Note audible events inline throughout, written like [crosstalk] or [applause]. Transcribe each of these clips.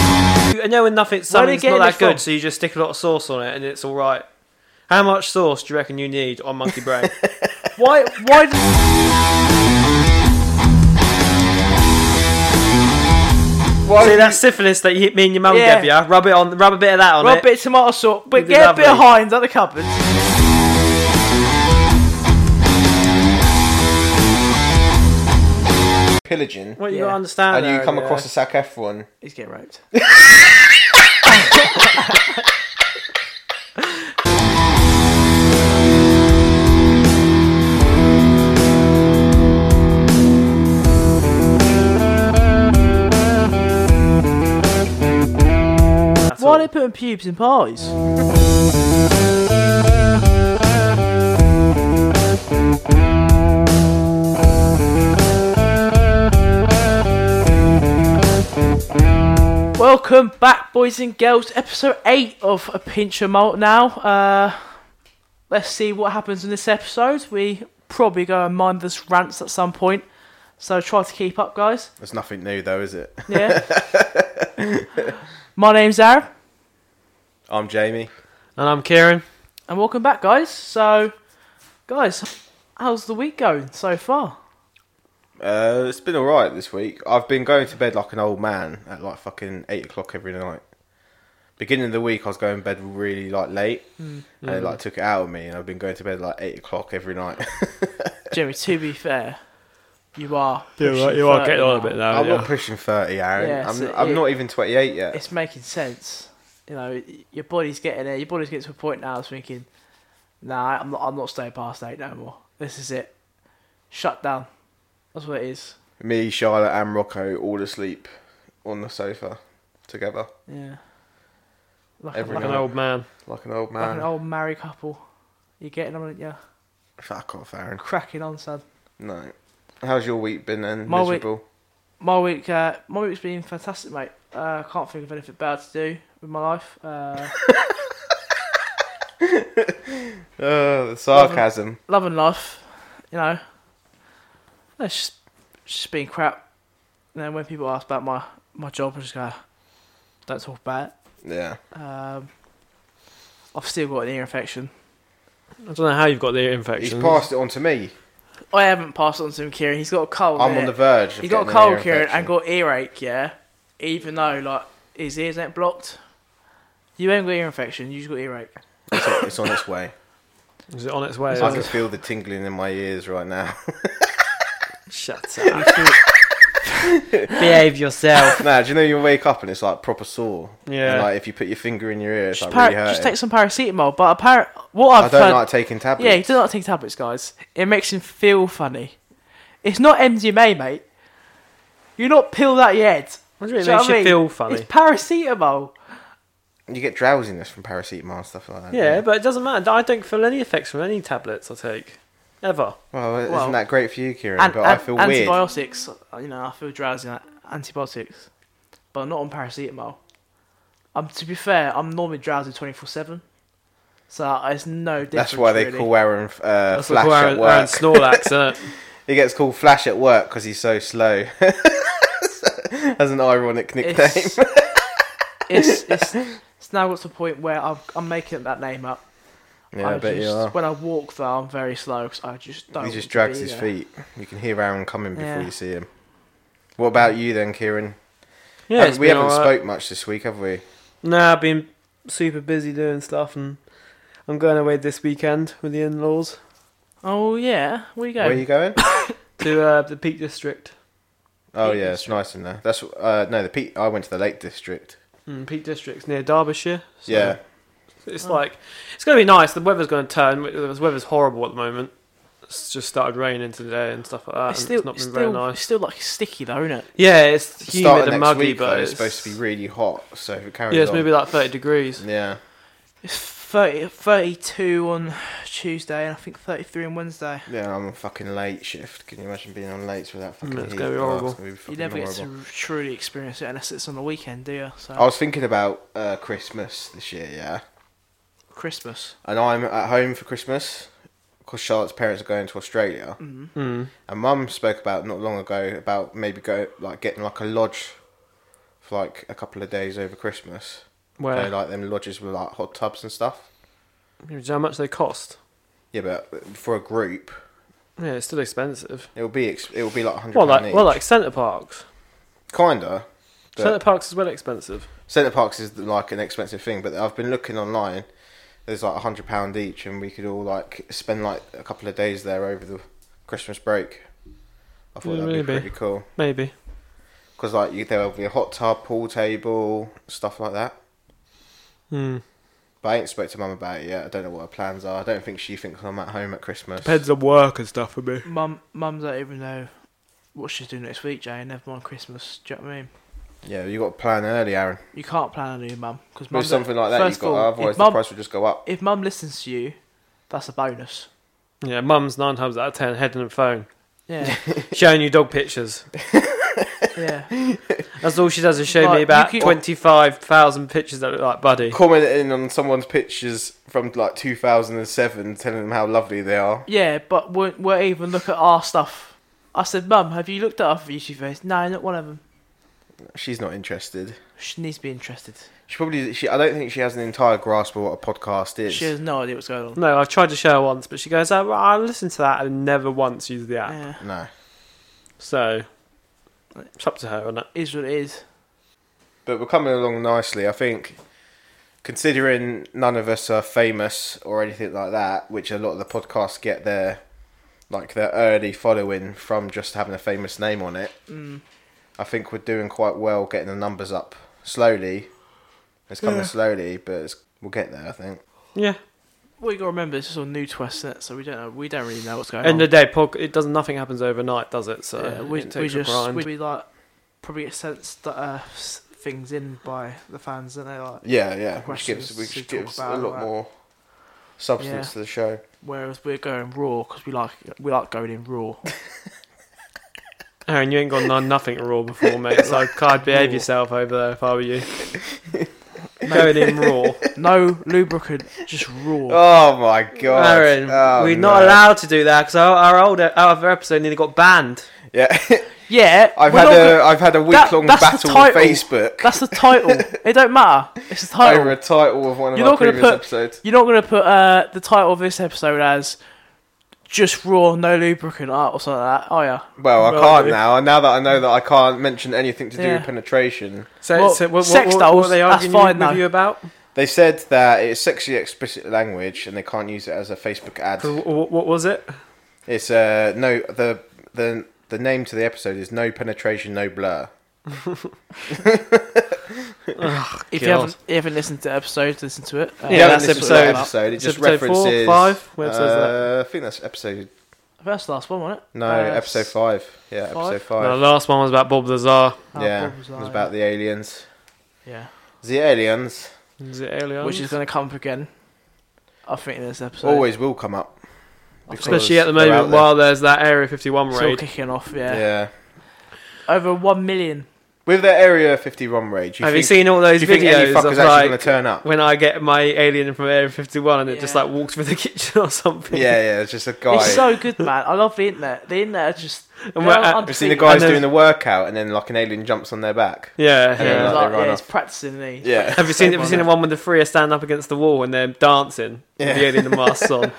and then when nothing's Where do summoned, you it's get not it that good, from? so you just stick a lot of sauce on it, and it's all right. How much sauce do you reckon you need on monkey [laughs] brain? Why? Why? Did, why See would that you- syphilis that you hit me and your mum Yeah. gave you? Rub it on. Rub a bit of that on Well, it. a bit of tomato sauce, but be get a bit of lovely. Heinz out of the cupboard. pillaging, What you Yeah. gotta understand? and you though, come yeah. across a Zac Efron. He's getting roped. That's Why are all. they putting pubes in pies? Welcome back, boys and girls. Episode 8 of A Pinch of Malt now. Uh, let's see what happens in this episode. We probably go and mind this rants at some point. So try to keep up, guys. There's nothing new though, is it? Yeah. My name's Aaron. [laughs] I'm Jamie. And I'm Kieran. And welcome back, guys. So, guys, how's the week going so far? Uh, it's been all right this week. I've been going to bed like an old man at like fucking eight o'clock every night. Beginning of the week, I was going to bed really like late, Hmm. and it like took it out of me. And I've been going to bed like eight o'clock every night. Jimmy, to be fair, you are. You are, pushing you are 30 getting on a now. bit now. [laughs] I'm yeah. not pushing thirty, Aaron. Oh, Yeah, I'm, so I'm it- not even twenty-eight yet. It's making sense. You know, your body's getting there. Your body's getting to a point now. It's thinking, nah, I'm not. I'm not staying past eight no more. This is it. Shut down. That's what it is. Me, Charlotte, and Rocco all asleep on the sofa together, Yeah. Like, a- Every like, Like a- an old man. like an old like man. an old married couple. You're getting on, aren't you? Fuck off, Aaron. Cracking on, son. No. How's your week been then? My week- Miserable. My week, uh, my week's been fantastic, mate. Uh, I can't think of anything better to do with my life. Uh, [laughs] Uh, the sarcasm. love and life, you know. It's just, just been crap. And then when people ask about my, my job, I just go, don't talk about Yeah. it. Um, I've still got an ear infection. I don't know how you've got the ear He's infection. passed it on to me. I haven't passed it on to him, Kieran. He's got a cold. I'm on innit? the verge. Of He's Oh, got a getting an cold, ear Kieran, infection. and got earache, yeah? Even though, like, his ears ain't blocked. You ain't got ear infection, you just got earache. It's on, it's on its [laughs] way. Is it on Oh, its way? I is can it? feel the tingling in my ears right now. [laughs] Shut up. Behave yourself. nah, do you know you wake up and it's like proper sore? [laughs] Yeah. And like if you put your finger in your ear, it's Just, like par- really hurting. just take some paracetamol. But apparent, what I I've don't heard, like taking tablets. yeah, he does not take tablets, guys. It makes him feel funny. It's not MDMA, mate. You're not pilled out your head. What do you mean? Do you know Makes what I you mean? feel funny. It's paracetamol. You get drowsiness from paracetamol and stuff like that. Yeah, but it doesn't matter. I don't feel any effects from any tablets I take. Ever. Well, isn't Well- that great for you, Kieran? And, but I and feel weird. antibiotics. Uh, You know, I feel drowsy. Like antibiotics, but I'm not on paracetamol. Um, to be fair, I'm normally drowsy 24 seven, so uh, it's no difference. That's why they really. call Aaron uh, That's Flash like Aaron, at work. Aaron Snorlax, [laughs] isn't it? He gets called Flash at work because he's so slow. [laughs] As an ironic nickname. [laughs] it's, it's it's it's now got to the point where I'm I'm making that name up. yeah, I I bet just, you are. When I walk though, I'm very slow because I just don't. He want just to drags be his there. feet. You can hear Aaron coming before Yeah. you see him. What about you then, Kieran? Yeah, Haven't- it's we been haven't alright. spoke much this week, have we? Nah, I've been super busy doing stuff and I'm going away this weekend with the in laws Oh yeah, where you go? Where are [laughs] you going? to uh, the Peak District. oh Peak yeah, it's nice in there. That's uh, no the Pete. I went to the Lake District. Mm, Peak District's near Derbyshire. so yeah, Oh. It's like, it's going to be nice. The weather's going to turn. The weather's horrible at the moment. It's just started raining today and stuff like that. It's and still, it's not it's been very still, nice. it's still like sticky though, isn't it? Yeah, it's start of humid and next muggy, week but though, it's supposed to be really hot. So if it carries Yeah, it's on, maybe like 30 degrees. yeah. It's 30, 32 on Tuesday and I think 33 on Wednesday. Yeah, I'm on fucking late shift. Can you imagine being on late with that fucking Mm, it's heat? gonna be Oh, horrible. gonna be You fucking never get horrible. to truly experience it unless it's on the weekend, do you? So I was thinking about uh, Christmas this year, yeah. Christmas. And I'm at home for Christmas because Charlotte's parents are going to Australia. Mm. And Mum spoke about not long ago about maybe go like getting like a lodge for like a couple of days over Christmas. Where So, like them lodges with like hot tubs and stuff. Do you know how much they cost? Yeah, but for a group, Yeah, it's still expensive. it'll be ex- it'll be like hundred. Well, like each. well, like centre parks. kinda. but- Centre parks is well expensive. Centre parks is like an expensive thing, but I've been looking online. There's like a hundred pound each, and we could all like spend like a couple of days there over the Christmas break. I thought Yeah, that'd be maybe. pretty cool Maybe. because like you, there'll be a hot tub, pool table, stuff like that. Hmm. But I ain't spoke to mum about it yet. I don't know what her plans are. I don't think she thinks I'm at home at Christmas. on work and stuff for me. Mum, mum don't even know what she's doing next week, Jay. Never mind Christmas. Do you know what I mean? Yeah, you got to plan early, Aaron. You can't plan a new mum because With something like that, you first got. of all, otherwise, if the mum- price will just go up. If mum listens to you, that's a bonus. Yeah, mum's nine times out of ten head on her phone, Yeah, [laughs] showing you dog pictures. yeah. That's all she does is show Like, me you about keep- twenty five thousand pictures that look like Buddy. Commenting on someone's pictures from like 2007, telling them how lovely they are. Yeah, but won't, won't even look at our stuff. I said, Mum, have you looked at our YouTube videos? No, not one of them. She's not interested. She needs to be interested. She probably. She. I don't think she has an entire grasp of what a podcast is. She has no idea what's going on. No, I've tried to show her once, but she goes, oh, well, "I listened to that and never once used the app." Yeah, No. So it's up to her, isn't it? is what it is. But we're coming along nicely. I think, considering none of us are famous or anything like that, which a lot of the podcasts get their, like their early following from just having a famous name on it. Mm. I think we're doing quite well getting the numbers up slowly. It's coming Yeah. slowly, but it's, we'll get there. I think. Yeah. What you got to remember, this is all new to us, isn't it? so we don't know. We don't really know what's going End on. of the day, pod- it doesn't. Nothing happens overnight, does it? So yeah, we, it takes we a just grind. we, we like probably get sent st- uh, s- things in by the fans, don't they? Like Yeah, yeah. Which Questions gives which to talk gives a about lot that. more substance Yeah. to the show. whereas we're going raw because we like we like going in raw. Aaron, you ain't gone none nothing raw before, mate. [laughs] So I'd behave Raw. yourself over there if I were [laughs] you. Going in raw, no lubricant, just raw. Oh my god, Aaron. Oh, we're no. not allowed to do that because our, our old our episode nearly got banned. Yeah, [laughs] Yeah, I've we're had not a go- have had a week long that's the battle with title. Facebook that's the [laughs] title. it don't matter. It's the title. over a title of one of You're our not gonna previous put- episodes. You're not going to put uh, the title of this episode as just raw, no lubricant art or something like that. Oh yeah. Well, I Well, can't dude. now. Now that I know that I can't mention anything to do Yeah. with penetration, So, Well, so what, what, sex what, dolls, what are they that's arguing fine, with though. you about? they said that it's sexually explicit language and they can't use it as a Facebook ad. What, what was it? It's uh no the the the name to the episode is no penetration, no blur. If God. you haven't, you haven't listened to episodes, listen to it. Uh, Yeah, You haven't that's listened to that episode- episode. It it's just episode four, references five? What episode is uh, I think that's episode That's the last one, wasn't it? no, Uh, episode five. Yeah, five? episode The five. last one was about Bob Lazar. Oh, yeah, Bob it was Lazar, about the aliens. Yeah. The aliens Is it Alien? Which is going to come up again. I think in this episode. always will come up. I think especially at the They're out moment there. while there's that Area 51 it's all raid. kicking off. Yeah. Yeah. Over one million. With the Area 51 raid, do you Have you think, seen all do those you think any videos of fucker's actually going like to turn up? when I get my alien from Area 51 and it just Yeah. like walks through the [laughs] kitchen or Yeah, something? yeah, [laughs] it's just a guy. It's so good, man. I love the internet. The internet is just. And we're they're at- undefeated. I've seen the guys And there's- doing the workout and then like an alien jumps on their back. yeah, Yeah, And then, yeah. it's like, like- they run yeah, it's off. practicing the. Yeah. Have you seen Have you Same seen the one. one when the three are standing up against the wall and they're dancing? with The Yeah. alien and masks [laughs] on,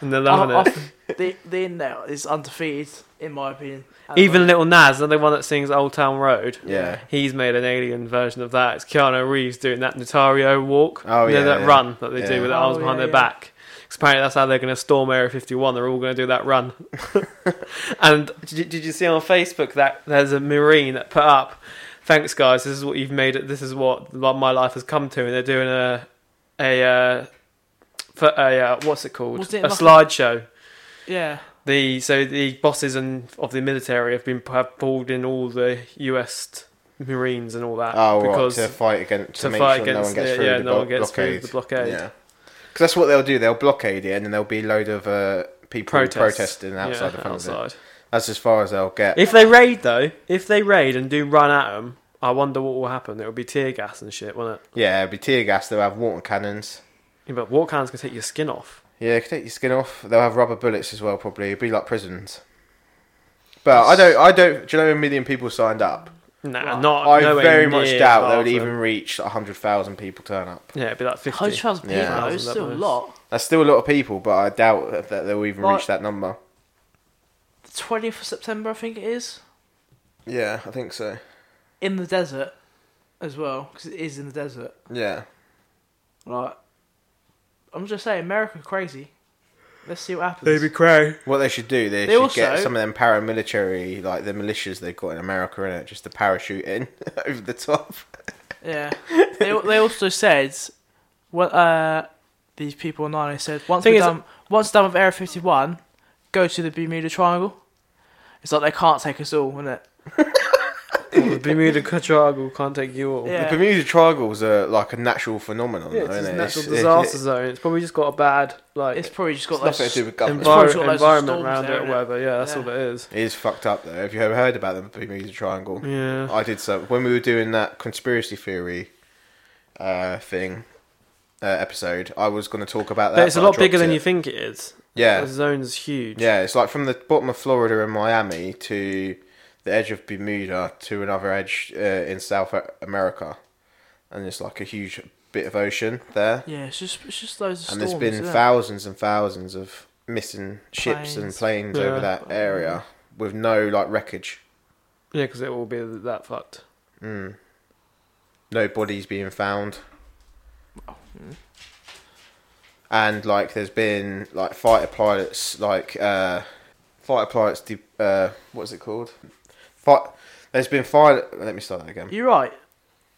and they're loving I- I- it. the the internet is undefeated in my opinion. At the Even moment. little Nas, the one that sings Old Town Road. [laughs] Yeah. He's made an alien version of that. It's Keanu Reeves doing that Notario walk. Oh, You know, yeah, that yeah. run that they do Yeah. with their Oh, arms behind yeah, their yeah. back. 'Cause apparently that's how they're going to storm Area 51. They're all going to do that [laughs] run. and did you, did you see on Facebook that there's a Marine that put up, thanks guys, this is what you've made it, this is what my life has come to. And they're doing a, a, uh, for a uh, what's it called? Wasn't it a like a- slideshow. yeah, The so the bosses and of the military have been have pulled in all the U.S. Marines and all that Oh, right, because to fight against, to, to make fight sure no against one gets the- through yeah, the no blo- one gets through blockade. the blockade. Yeah. Because that's what they'll do. They'll blockade it and then there'll be a load of uh, people protests. protesting outside Yeah, the front of it. outside. That's as far as they'll get. If they raid though, if they raid and do run at them, I wonder what will happen. It'll be tear gas and shit, won't it? yeah, it'll be tear gas. They'll have water cannons. Yeah, but war cannons can take your skin off. Yeah, you can take your skin off. They'll have rubber bullets as well, probably. It'll be like prisons. But I don't, I don't. Do you know a million people signed up? Nah, Well, not. I Oh, nowhere very near much doubt they would Barton. even reach 100,000 people turn up. Yeah, it'd be like fifty. Hundred thousand people, Yeah. though, it's still a Thousand, lot. That's still a lot of people, but I doubt that- that they'll even Like- reach that number. Twentieth of September, I think it is, Yeah, I think so. in the desert, as well, because it is in the desert. Yeah. Like, I'm just saying, America crazy. Let's see what happens. Baby [coughs] Cray. What they should do, they, They should also- get some of them paramilitary, like the militias they've got in America, in it, just to parachute in [laughs] over the top. Yeah. they, they also said, well, uh, these people online said, once Thing we're is- done, once done with Area 51, go to the Bermuda Triangle. It's like they can't take us all, isn't it? the Bermuda Triangle can't take you all. Yeah. The Bermuda Triangle's a, like a natural phenomenon, Yeah, though, it's isn't just it? natural It's- disaster it- zone. It's probably just got a bad like It's probably just It's got those. nothing to do with government. probably envir- got loads of environment storms around there, it, or innit? whatever. Yeah, that's Yeah. all it is. It is fucked up, though. Have you ever heard about the Bermuda Triangle? Yeah. Oh, I did so when we were doing that conspiracy theory uh, thing uh, episode. I was going to talk about that. But it's a I lot dropped bigger than it. you think it is. Yeah, The zone's huge. yeah. It's like from the bottom of Florida and Miami to the edge of Bermuda to another edge uh, in South America, and it's like a huge bit of ocean there. Yeah, it's just, it's just loads of and storms. there's been innit? thousands and thousands of missing ships and Planes. planes Yeah. over that area with no like wreckage, Yeah, because it will be that fucked. mm. no bodies being found. and like there's been like fighter pilots like uh fighter pilots de- uh what's it called fight there's been fighter let me start that again You're right.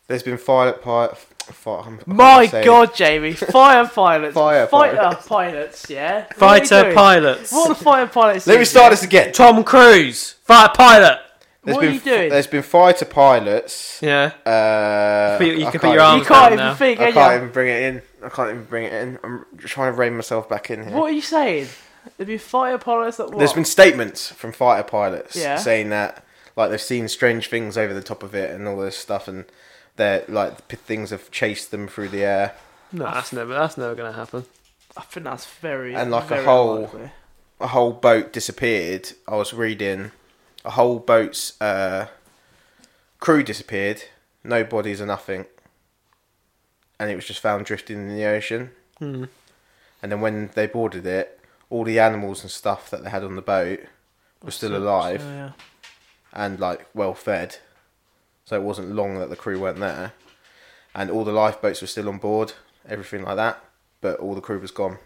there's been fighter pilot fight, I'm, I can't My say it. God, Jamie, fire pilots, Fire fighter pilots, yeah. What are we Fighter doing? pilots. What are fire pilots? let me doing? start this again Tom Cruise. Fighter pilot. There's What been are you f- doing? there's been fighter pilots Yeah. uh You I can put can't your even- arm- You can't even now. think, I can can't you? even bring it in I can't even bring it in I'm trying to rein myself back in here What are you saying? There'd be fighter pilots that what? There's been statements from fighter pilots Yeah. saying that like they've seen strange things over the top of it and all this stuff, and they're like p- things have chased them through the air. No, that's never. That's never gonna happen. I think that's very And like a very whole- unlikely. A whole boat disappeared. I was reading a whole boat's uh, crew disappeared, no bodies or nothing, and it was just found drifting in the ocean. Hmm. And then when they boarded it, all the animals and stuff that they had on the boat were still alive. So, yeah. and like well fed, so it wasn't long that the crew weren't there, and all the lifeboats were still on board, everything like that, but all the crew was gone,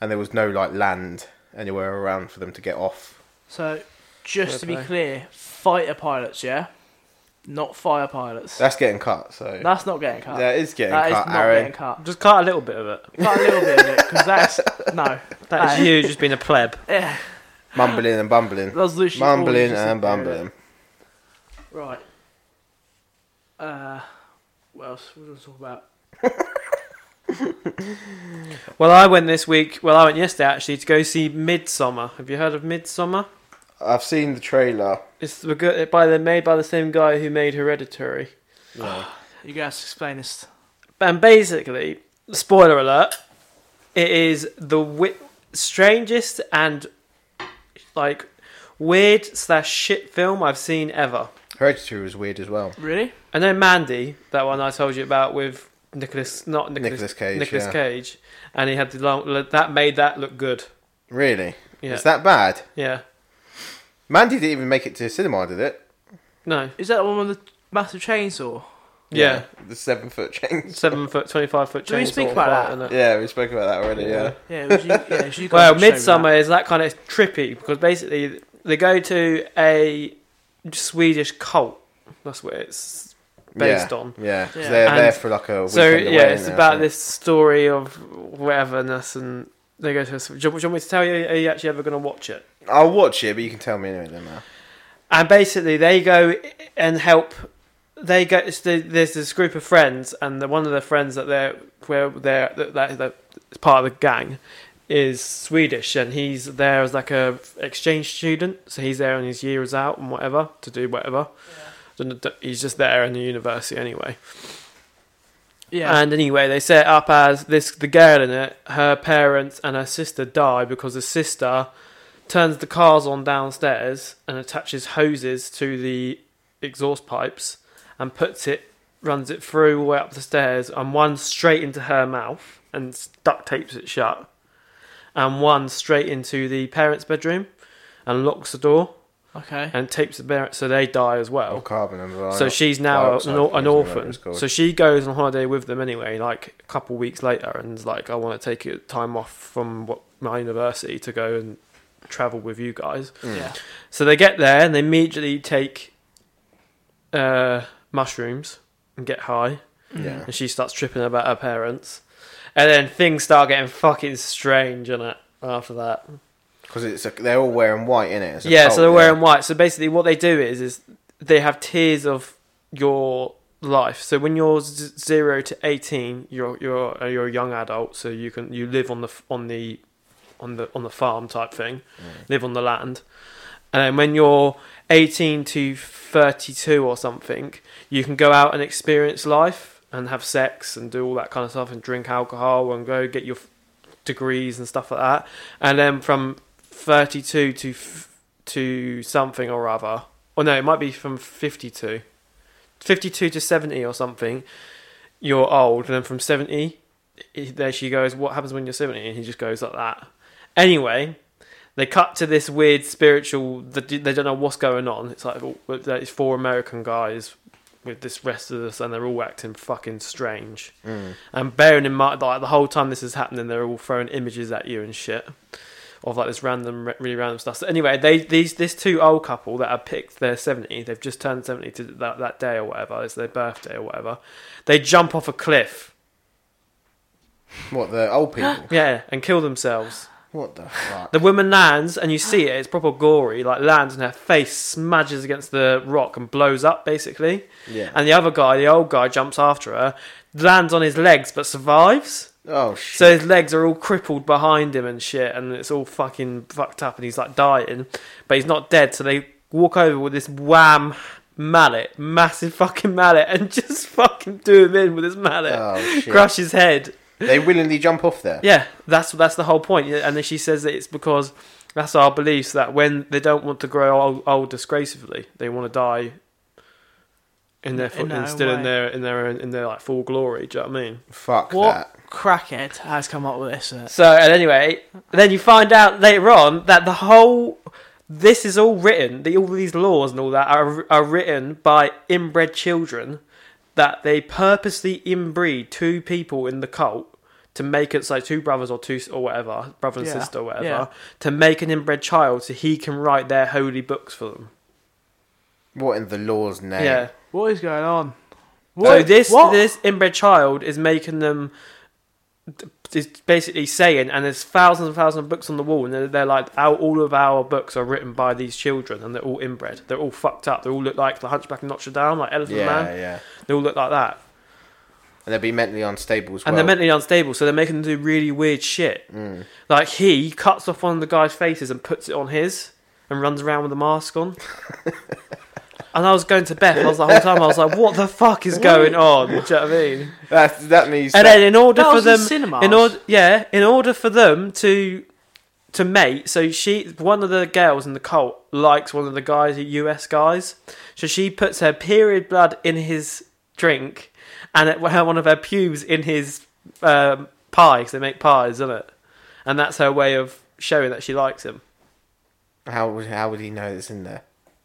and there was no like land anywhere around for them to get off. So, just to be play. clear, fighter pilots, yeah, not fire pilots. That's getting cut, so that's not getting cut. that is getting That is cut, not Aaron. getting cut. Just cut a little bit of it. Cut a little bit of it because that's [laughs] no. That is you just being a pleb. Yeah, Mumbling and that bumbling, was literally all you mumbling just and said there, innit? bumbling. Right. Uh, what else we going to talk about? [laughs] Well, I went this week. Well, I went yesterday actually to go see Midsummer. Have you heard of Midsummer? I've seen the trailer. It's the good by the made by the same guy who made Hereditary. You guys explain this. And basically, spoiler alert, it is the wi- strangest and like weird slash shit film I've seen ever. Hereditary was weird as well. Really? And then Mandy, that one I told you about with Nicholas, not Nicholas, Nicolas Cage. Nicholas yeah. Cage, and he had the long that made that look good. Really? Yeah, Is that bad? yeah. Mandy didn't even make it to cinema, did it? No, Is that the one with the massive chainsaw? yeah. The seven foot [laughs] chains. Seven foot, twenty-five foot. Do we chainsaw speak about fight, that? innit? Yeah, we spoke about that already. Yeah. Yeah. Would you, yeah would you guys Well, show me that? Midsummer is that kind of trippy because basically they go to a Swedish cult. That's what it's based yeah. on. Yeah, 'cause Yeah. they're And- there for like a weekend So away, yeah, it's isn't it, I about think? this story of whateverness, and they go to. A, do, you, do you want me to tell you? Are you actually ever going to watch it? I'll watch it, but you can tell me anyway. Then now. And basically, they go and help. They go. It's the, there's this group of friends, and the, one of the friends that they're where they're that, that, that is part of the gang is Swedish, and he's there as like a exchange student. So he's there on his years out and whatever to do whatever. And uh, He's just there in the university anyway. Yeah. And anyway, they set it up as this the girl in it, her parents and her sister die because the sister turns the cars on downstairs and attaches hoses to the exhaust pipes and puts it, runs it through all the way up the stairs, and one straight into her mouth and duct tapes it shut, and one straight into the parents' bedroom and locks the door Okay. and tapes the parents so they die as well. Or carbon and Oh. So vinyl. she's now Dioxide an, or- an poisoning, whatever orphan. it's called. So she goes on holiday with them anyway, like a couple weeks later, and is like, I want to take a time off from what my university to go and travel with you guys. Hmm. Mm, Yeah. So they get there and they immediately take uh, mushrooms and get high, yeah. and she starts tripping about her parents, and then things start getting fucking strange, and it after that. Because it's a, they're all wearing white in it. It's a yeah, cult, so they're wearing white. So basically, what they do is is they have tiers of your life. So when you're z- zero to eighteen, you're you're uh, you're a young adult, so you can you live on the f- on the on the on the farm type thing, Mm. live on the land, and then when you're eighteen to thirty two or something, you can go out and experience life and have sex and do all that kind of stuff and drink alcohol and go get your f- degrees and stuff like that. And then from 32 to f- to something or other, or no, it might be from 52, 52 to 70 or something. You're old, and then from 70, i- there she goes. What happens when you're 70? And he just goes like that. Anyway. They cut to this weird spiritual. They d- they don't know what's going on. It's like oh, well, it's four American guys with this rest of us, and they're all acting fucking strange. Mm. And bearing in mind, like the whole time this is happening, they're all throwing images at you and shit of like this random, re- really random stuff. So anyway, they these this two old couple that have picked their seventy, they've just turned seventy to that that day or whatever. It's their birthday or whatever. They jump off a cliff, [laughs] What, [gasps] the old people? yeah, and kill themselves. what the fuck? The woman lands, and you see it. It's proper gory. Like lands, and her face smashes against the rock and blows up basically. yeah. And the other guy, the old guy, jumps after her, lands on his legs, but survives. oh, shit. So his legs are all crippled behind him and shit, and it's all fucking fucked up, and he's like dying, but he's not dead. So they walk over with this wham mallet, massive fucking mallet, and [laughs] just fucking do him in with his mallet, [laughs] oh, shit. crush his head. they willingly jump off there. Yeah, that's that's the whole point. Yeah, And then she says that it's because that's our beliefs that when they don't want to grow old, old disgracefully, they want to die. In their, In in their own still in way. their in their in their like full glory. Do you know what I mean? Fuck What that. crackhead has come up with this? Uh, So and anyway, then you find out later on that the whole this is all written. The, all these laws and all that are are written by inbred children that they purposely inbreed two people in the cult to make it so two brothers or two s- or whatever brother and Yeah, sister or whatever yeah. to make an inbred child so he can write their holy books for them. What in the law's name? Yeah. what is going on? so What- this what? this inbred child is making them is basically saying, and there's thousands and thousands of books on the wall, and they're, they're like, our, all of our books are written by these children, and they're all inbred. They're all fucked up. They all look like the Hunchback of Notre Dame, like Elephant Yeah, Man. yeah. They all look like that, And they'd be mentally unstable as well. and they're mentally unstable, so they're making them do really weird shit. Like he cuts off one of the guy's faces and puts it on his, and runs around with a mask on. And I was going to Beth. I was the whole time. I was like, "What the fuck is going on?" Do you know what I mean? That's, that means. And that- then in order That for was in them, cinemas. in order, yeah, in order for them to to mate, so she, one of the girls in the cult likes one of the guys, the US guys, so she puts her period blood in his drink, and it, her- one of her pubes in his um, pie, 'cause they make pies, isn't it? And that's her way of showing that she likes him, how, would, how would he know it's [laughs] in there?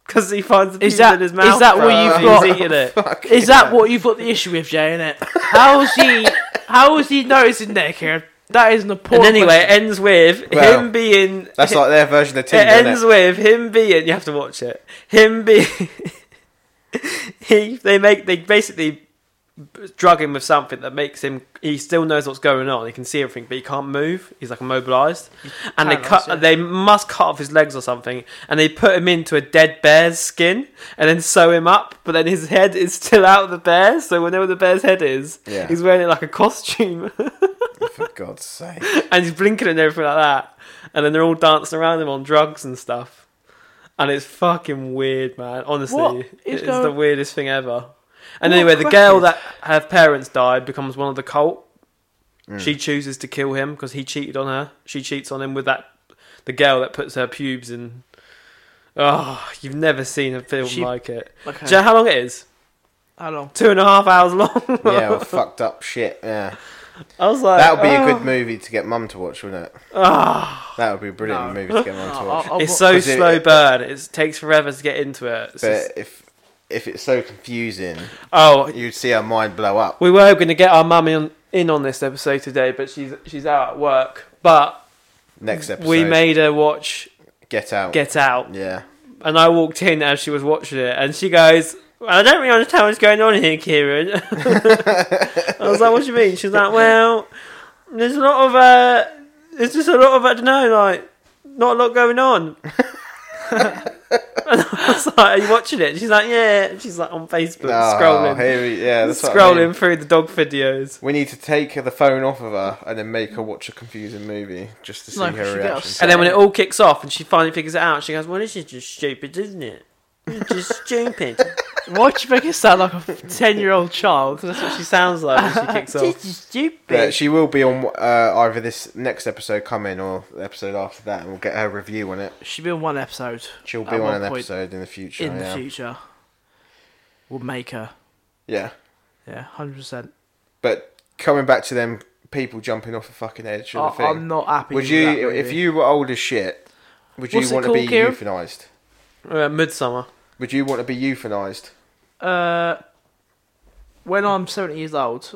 because he finds the Is pubes that- in his is mouth. that what you've and got? He's eating [laughs] it. Fuck. Is that what you've got the issue with, Jay? In it? How is he? How is he noticing that, Karen? That is an And important. anyway, it question. ends with Well, him being [laughs] That's like their version of Tinder. it innit? ends with him being. You have to watch it. Him being. [laughs] he they make they basically drug him with something that makes him. He still knows what's going on. He can see everything, but he can't move. He's like immobilized, and they Paralyzed, cut. yeah. They must cut off his legs or something, and they put him into a dead bear's skin and then sew him up. But then his head is still out of the bear, so whenever the bear's head is, Yeah. he's wearing it like a costume. [laughs] For God's sake. and he's blinking and everything like that. And then they're all dancing around him on drugs and stuff. And it's fucking weird, man. What Honestly, is it's going- the weirdest thing ever. And What anyway, the crackhead? girl that her parents died becomes one of the cult. Mm. She chooses to kill him because he cheated on her. She cheats on him with that the girl that puts her pubes in Oh, you've never seen a film She- like it. Okay. Do you know how long it is? How long? Two and a half hours long. Yeah, well, fucked up shit. Yeah, [laughs] I was like, that would be oh, a good movie to get mum to watch, wouldn't it? oh. That would be a brilliant No. movie to [laughs] get mum to watch. I'll It's wa- so 'Cause it- slow burn. It takes forever to get into it. It's but just- if if it's so confusing, oh, you'd see her mind blow up. we were going to get our mum in, in on this episode today, but she's she's out at work. But Next episode, we made her watch Get Out. Get Out. yeah, and I walked in as she was watching it, and she goes, "I don't really understand what's going on here, Kieran." [laughs] I was like, "What do you mean?" She's like, "Well, there's a lot of uh, there's just a lot of I don't know, like not a lot going on." [laughs] and I was like, "Are you watching it?" She's like, "Yeah." And she's like on Facebook Oh, scrolling, here we- yeah, that's what I scrolling mean. through the dog videos. We need to take the phone off of her and then make her watch a confusing movie just to see No, she her gets reaction. upset. And then when it all kicks off and she finally figures it out, she goes, "Well, this is just stupid, isn't it? It's just stupid." Why do you make it sound like a ten-year-old child? [laughs] That's what she sounds like when she [laughs] kicks off. This is stupid. But she will be on uh, either this next episode coming or the episode after that, and we'll get her review on it. She'll be on one episode She'll be At on one an point episode in the future. in yeah. the future. We'll make her. Yeah, Yeah, hundred percent. but coming back to them people jumping off a fucking edge of the thing. Oh, I'm not happy. would with you, that movie. if you were old as shit, would you What's it want to called, be Kieran? euthanized? Uh, Midsummer. Would you want to be euthanized? Uh, when I'm 70 years old,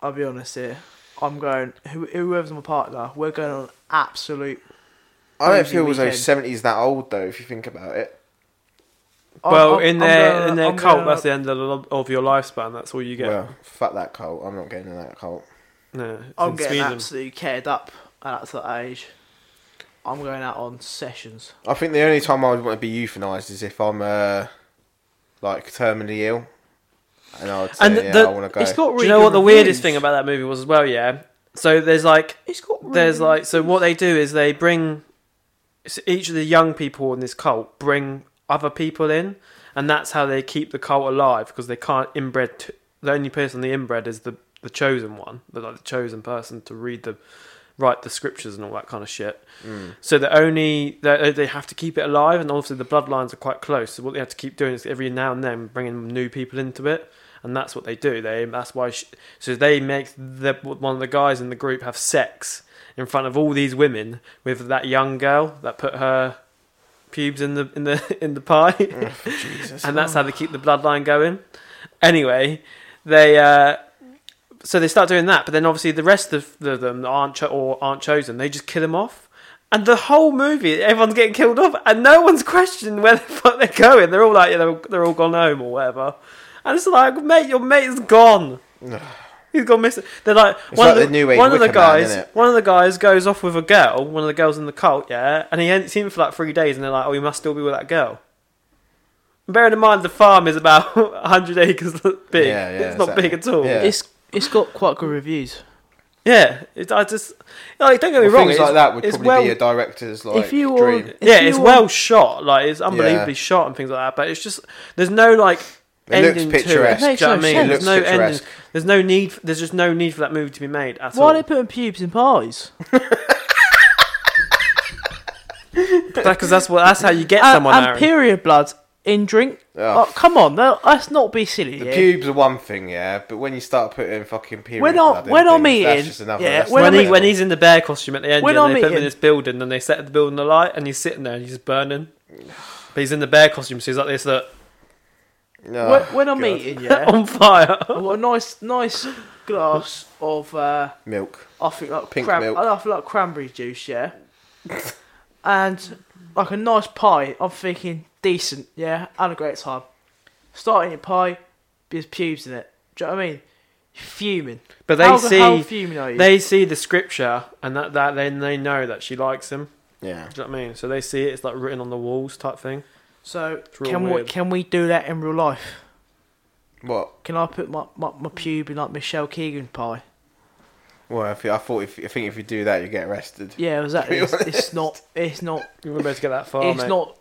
I'll be honest here. I'm going. Who, whoever's my partner, we're going on absolute. I don't Crazy feel as though weekend. seventies that old though. If you think about it, I'm- well, I'm- in I'm their gonna- in their I'm cult, gonna- that's the end of, the, of your lifespan. That's all you get. well, fuck that cult. I'm not getting in that cult. no, it's I'm in getting Sweden. absolutely cared up at that age. I'm going out on sessions. I think the only time I would want to be euthanized is if I'm uh, like terminally ill, and I would say, And yeah, the- I want to go. It's got really Do you know good what the reviews. weirdest thing about that movie was as well? Yeah. So there's like It's got really there's like so what they do is they bring so each of the young people in this cult bring other people in, and that's how they keep the cult alive because they can't inbred. T- the only person they inbred is the the chosen one, the like the chosen person to read the write the scriptures and all that kind of shit. Mm. So the only they, they have to keep it alive, and obviously the bloodlines are quite close. So what they have to keep doing is every now and then bringing new people into it, and that's what they do. They that's why sh so they make the, one of the guys in the group have sex in front of all these women with that young girl that put her pubes in the in the [laughs] in the pie, Jesus. and that's how they keep the bloodline going. Anyway, they. Uh, so they start doing that, but then obviously the rest of the- them that aren't cho- or aren't chosen. They just kill them off, and the whole movie, everyone's getting killed off, and no one's questioning where the fuck they're going. They're all like, you know, they're all gone home or whatever, and it's like, mate, your mate's [sighs] gone. He's gone missing. They're like one like of the new age one of the Wicker Man, guys. innit? one of the guys goes off with a girl. One of the girls in the cult, yeah, and he ain't seen him for like three days, and they're like, oh, he must still be with that girl. Bearing in mind the farm is about [laughs] 100 acres [laughs] big. Yeah, yeah, it's not exactly. big at all. Yeah. It's it's got quite good reviews. Yeah, it, I just like don't get me Well, wrong. things It's, like that would it's probably well, be a director's like if you were, dream. if yeah, you it's were- well shot. Like it's unbelievably Yeah. shot and things like that. But it's just there's no like It looks ending picturesque. to it. It makes Do you know what I no mean? sense. There's It no looks ending. picturesque. There's no need. There's just no need for that movie to be made at Why are all. they putting pubes in pies? Because that's what that's how you get and, someone. Uh, and Aaron. period blood in drink. Oh, Oh, come on, no, let's not be silly. The yeah? pubes are one thing, yeah, but when you start putting fucking period When I'm- blood in when I'm things, that's eating- just another. yeah, that's when, when another I'm he, eating- when level. he's in the bear costume at the end, When yeah, I'm they put him in eating- this building and they set the building alight, and he's sitting there and he's just burning. But he's in the bear costume, so he's like this, look, No, when, when I'm Oh, God. eating, [laughs] yeah, [laughs] on fire. I've got a nice, nice glass of uh, milk, I think like Pink cran- milk. I think like cranberry juice, yeah, and like a nice pie. I'm thinking decent, yeah, and a great time. Starting your pie, there's pubes in it. Do you know what I mean? Fuming. But they how, see how fuming are you? they see the scripture, and that that then they know that she likes him. Do yeah. you know what I mean? So they see it, it's like written on the walls type thing. so real can we weird. can we do that in real life? What? Can I put my, my, my pube in like Michelle Keegan pie? Well, if you, I thought if I think if you do that, you get arrested. Yeah, exactly. To [laughs] be It's, it's not. It's not. You wouldn't be able to get that far, it's Oh, mate. [laughs] not.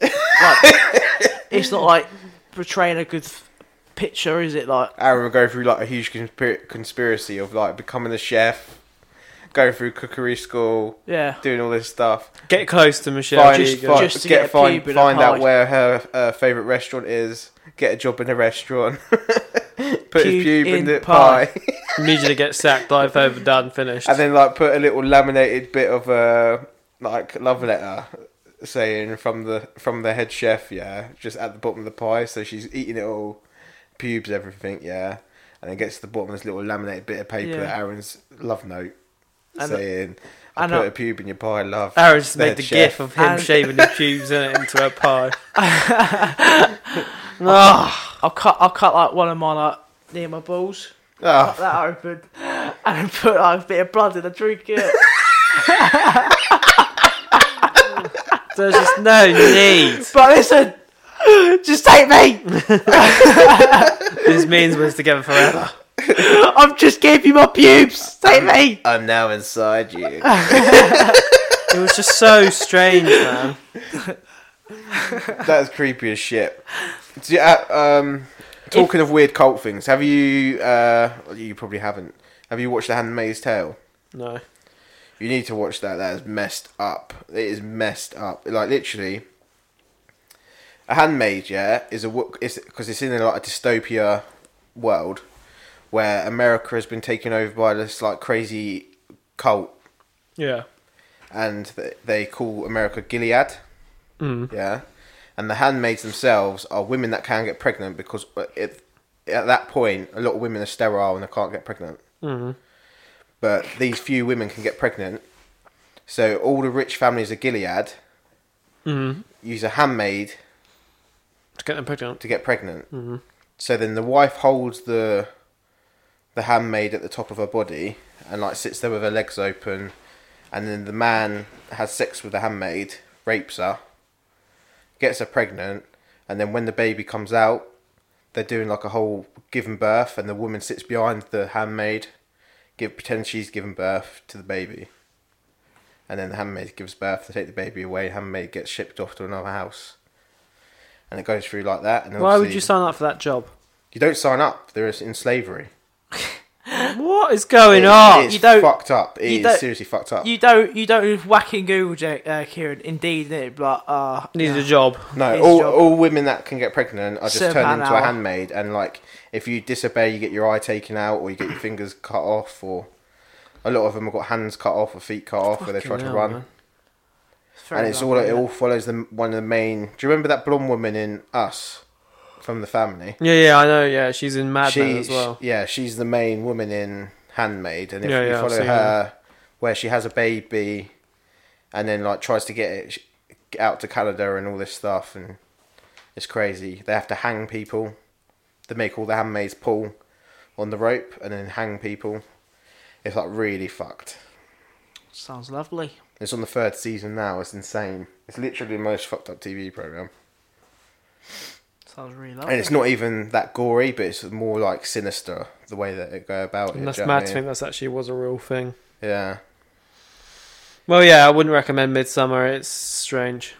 Like, it's not like portraying a good f- picture, is it? Like Aaron would go through like a huge conspir- conspiracy of like becoming a chef, going through cookery school, Yeah. doing all this stuff. Get close to Michelle. Find, Just, find- just to get, get a find, peep in her find out heart. where her uh, favorite restaurant is. Get a job in a restaurant. [laughs] put Pube his pube in, in the pie. pie. need you to get sacked. Life over, done, finished. and then like put a little laminated bit of uh, like love letter saying from the from the head chef yeah just at the bottom of the pie so she's eating it all pubes everything yeah and then gets to the bottom of this little laminated bit of paper Yeah. that Aaron's love note And- saying I and put I- a pube in your pie love Aaron just Their made the chef. gif of him And- shaving [laughs] his pubes in it into a pie. I'll cut. I'll cut like one of my like near my balls. Ah, Cut that open, [laughs] and put like a bit of blood in. I drink [laughs] it. There's just no need. but listen, [laughs] just take [laughs] me. This means we're together forever. I've just gave you my pubes. Take me. I'm now inside you It was just so strange, man. that's creepy as shit Do you, uh, um talking of weird cult things have you uh you probably haven't have you watched The Handmaid's Tale No. You need to watch that. That is messed up. It is messed up. Like literally, a handmaid. Yeah, is a is because it's in a, like a dystopia world where America has been taken over by this like crazy cult, Yeah. and th- they call America Gilead. Mm. Yeah, and the handmaids themselves are women that can get pregnant because uh, it, at that point a lot of women are sterile and they can't get pregnant. Mm. But these few women can get pregnant. So all the rich families of Gilead Mm. use a handmaid To get them pregnant. to get pregnant. So then the wife holds the the handmaid at the top of her body and like sits there with her legs open, and then the man has sex with the handmaid, rapes her, gets her pregnant, and then when the baby comes out, they're doing like a whole giving birth, and the woman sits behind the handmaid, give pretend she's giving birth to the baby. And then the handmaid gives birth, they take the baby away, handmaid gets shipped off to another house. And it goes through like that. And Why would obviously- you sign up for that job? you don't sign up. There is in slavery. What is going It- on? It's You don't- fucked up. It you is don't- seriously fucked up. You don't. You don't whack in Google, Jack, uh, Kieran. Indeed, it. But uh, Needs a job. no, his all, job- all women that can get pregnant are just Serve turned an into a hour. handmaid, and like if you disobey, you get your eye taken out, or you get your fingers cut off, or a lot of them have got hands cut off or feet cut off, where they try Fucking to hell, run. man. and it's all it all follows the one of the main. Do you remember that blonde woman in Us from the family? Yeah, yeah, I know. Yeah, she's in Mad Men as she- well. Yeah, she's the main woman in Handmaid, and if Yeah, you yeah, I've follow seen her, where she has a baby, and then like tries to get it sh- get out to Canada and all this stuff, and it's crazy. They have to hang people. They make all the handmaids pull on the rope and then hang people. It's like really fucked. Sounds lovely. It's on the third season now. It's insane. It's literally the most fucked up TV program, Sounds really and lovely. it's not even that gory, but it's more like sinister the way that it go about it. And that's do you know what mad I to mean? think that's actually was a real thing. Yeah. Well, yeah, I wouldn't recommend Midsummer. It's strange.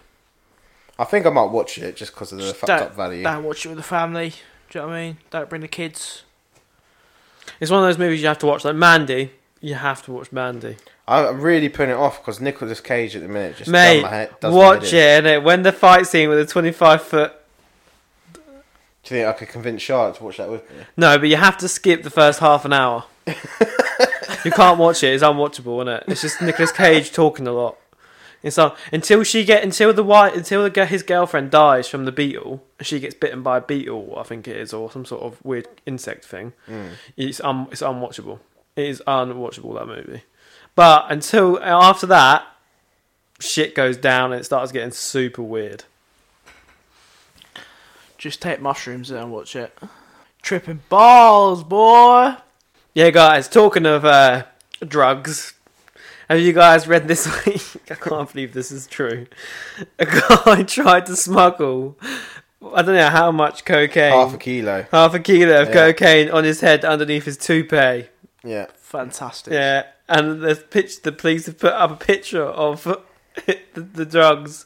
I think I might watch it just because of the Just fucked don't- up value. Don't watch it with the family. Do you know what I mean? Don't bring the kids. It's one of those movies you have to watch. Like Mandy, you have to watch Mandy. I'm really putting it off because Nicolas Cage at the minute just Mate, done my head, does my head watch it, in. innit? When the fight scene with the 25 foot. Do you think I could convince Charlotte to watch that with me? No, but you have to skip the first half an hour. you can't watch it. It's unwatchable, isn't it? It's just Nicolas Cage talking a lot. It's like, until she get until the white until the, ge- his girlfriend dies from the beetle, and she gets bitten by a beetle, I think it is, or some sort of weird insect thing. It's un, it's unwatchable. It is unwatchable that movie. But until after that, shit goes down and it starts getting super weird. Just take mushrooms and watch it. Tripping balls, boy. Yeah, guys, talking of uh, drugs, have you guys read this [laughs] week? I can't believe this is true. A guy [laughs] tried to smuggle, I don't know how much cocaine, Half a kilo. half a kilo of Yeah. cocaine on his head underneath his toupee. Yeah. Fantastic. Yeah, and the pitch, the police have put up a picture of [laughs] the, the drugs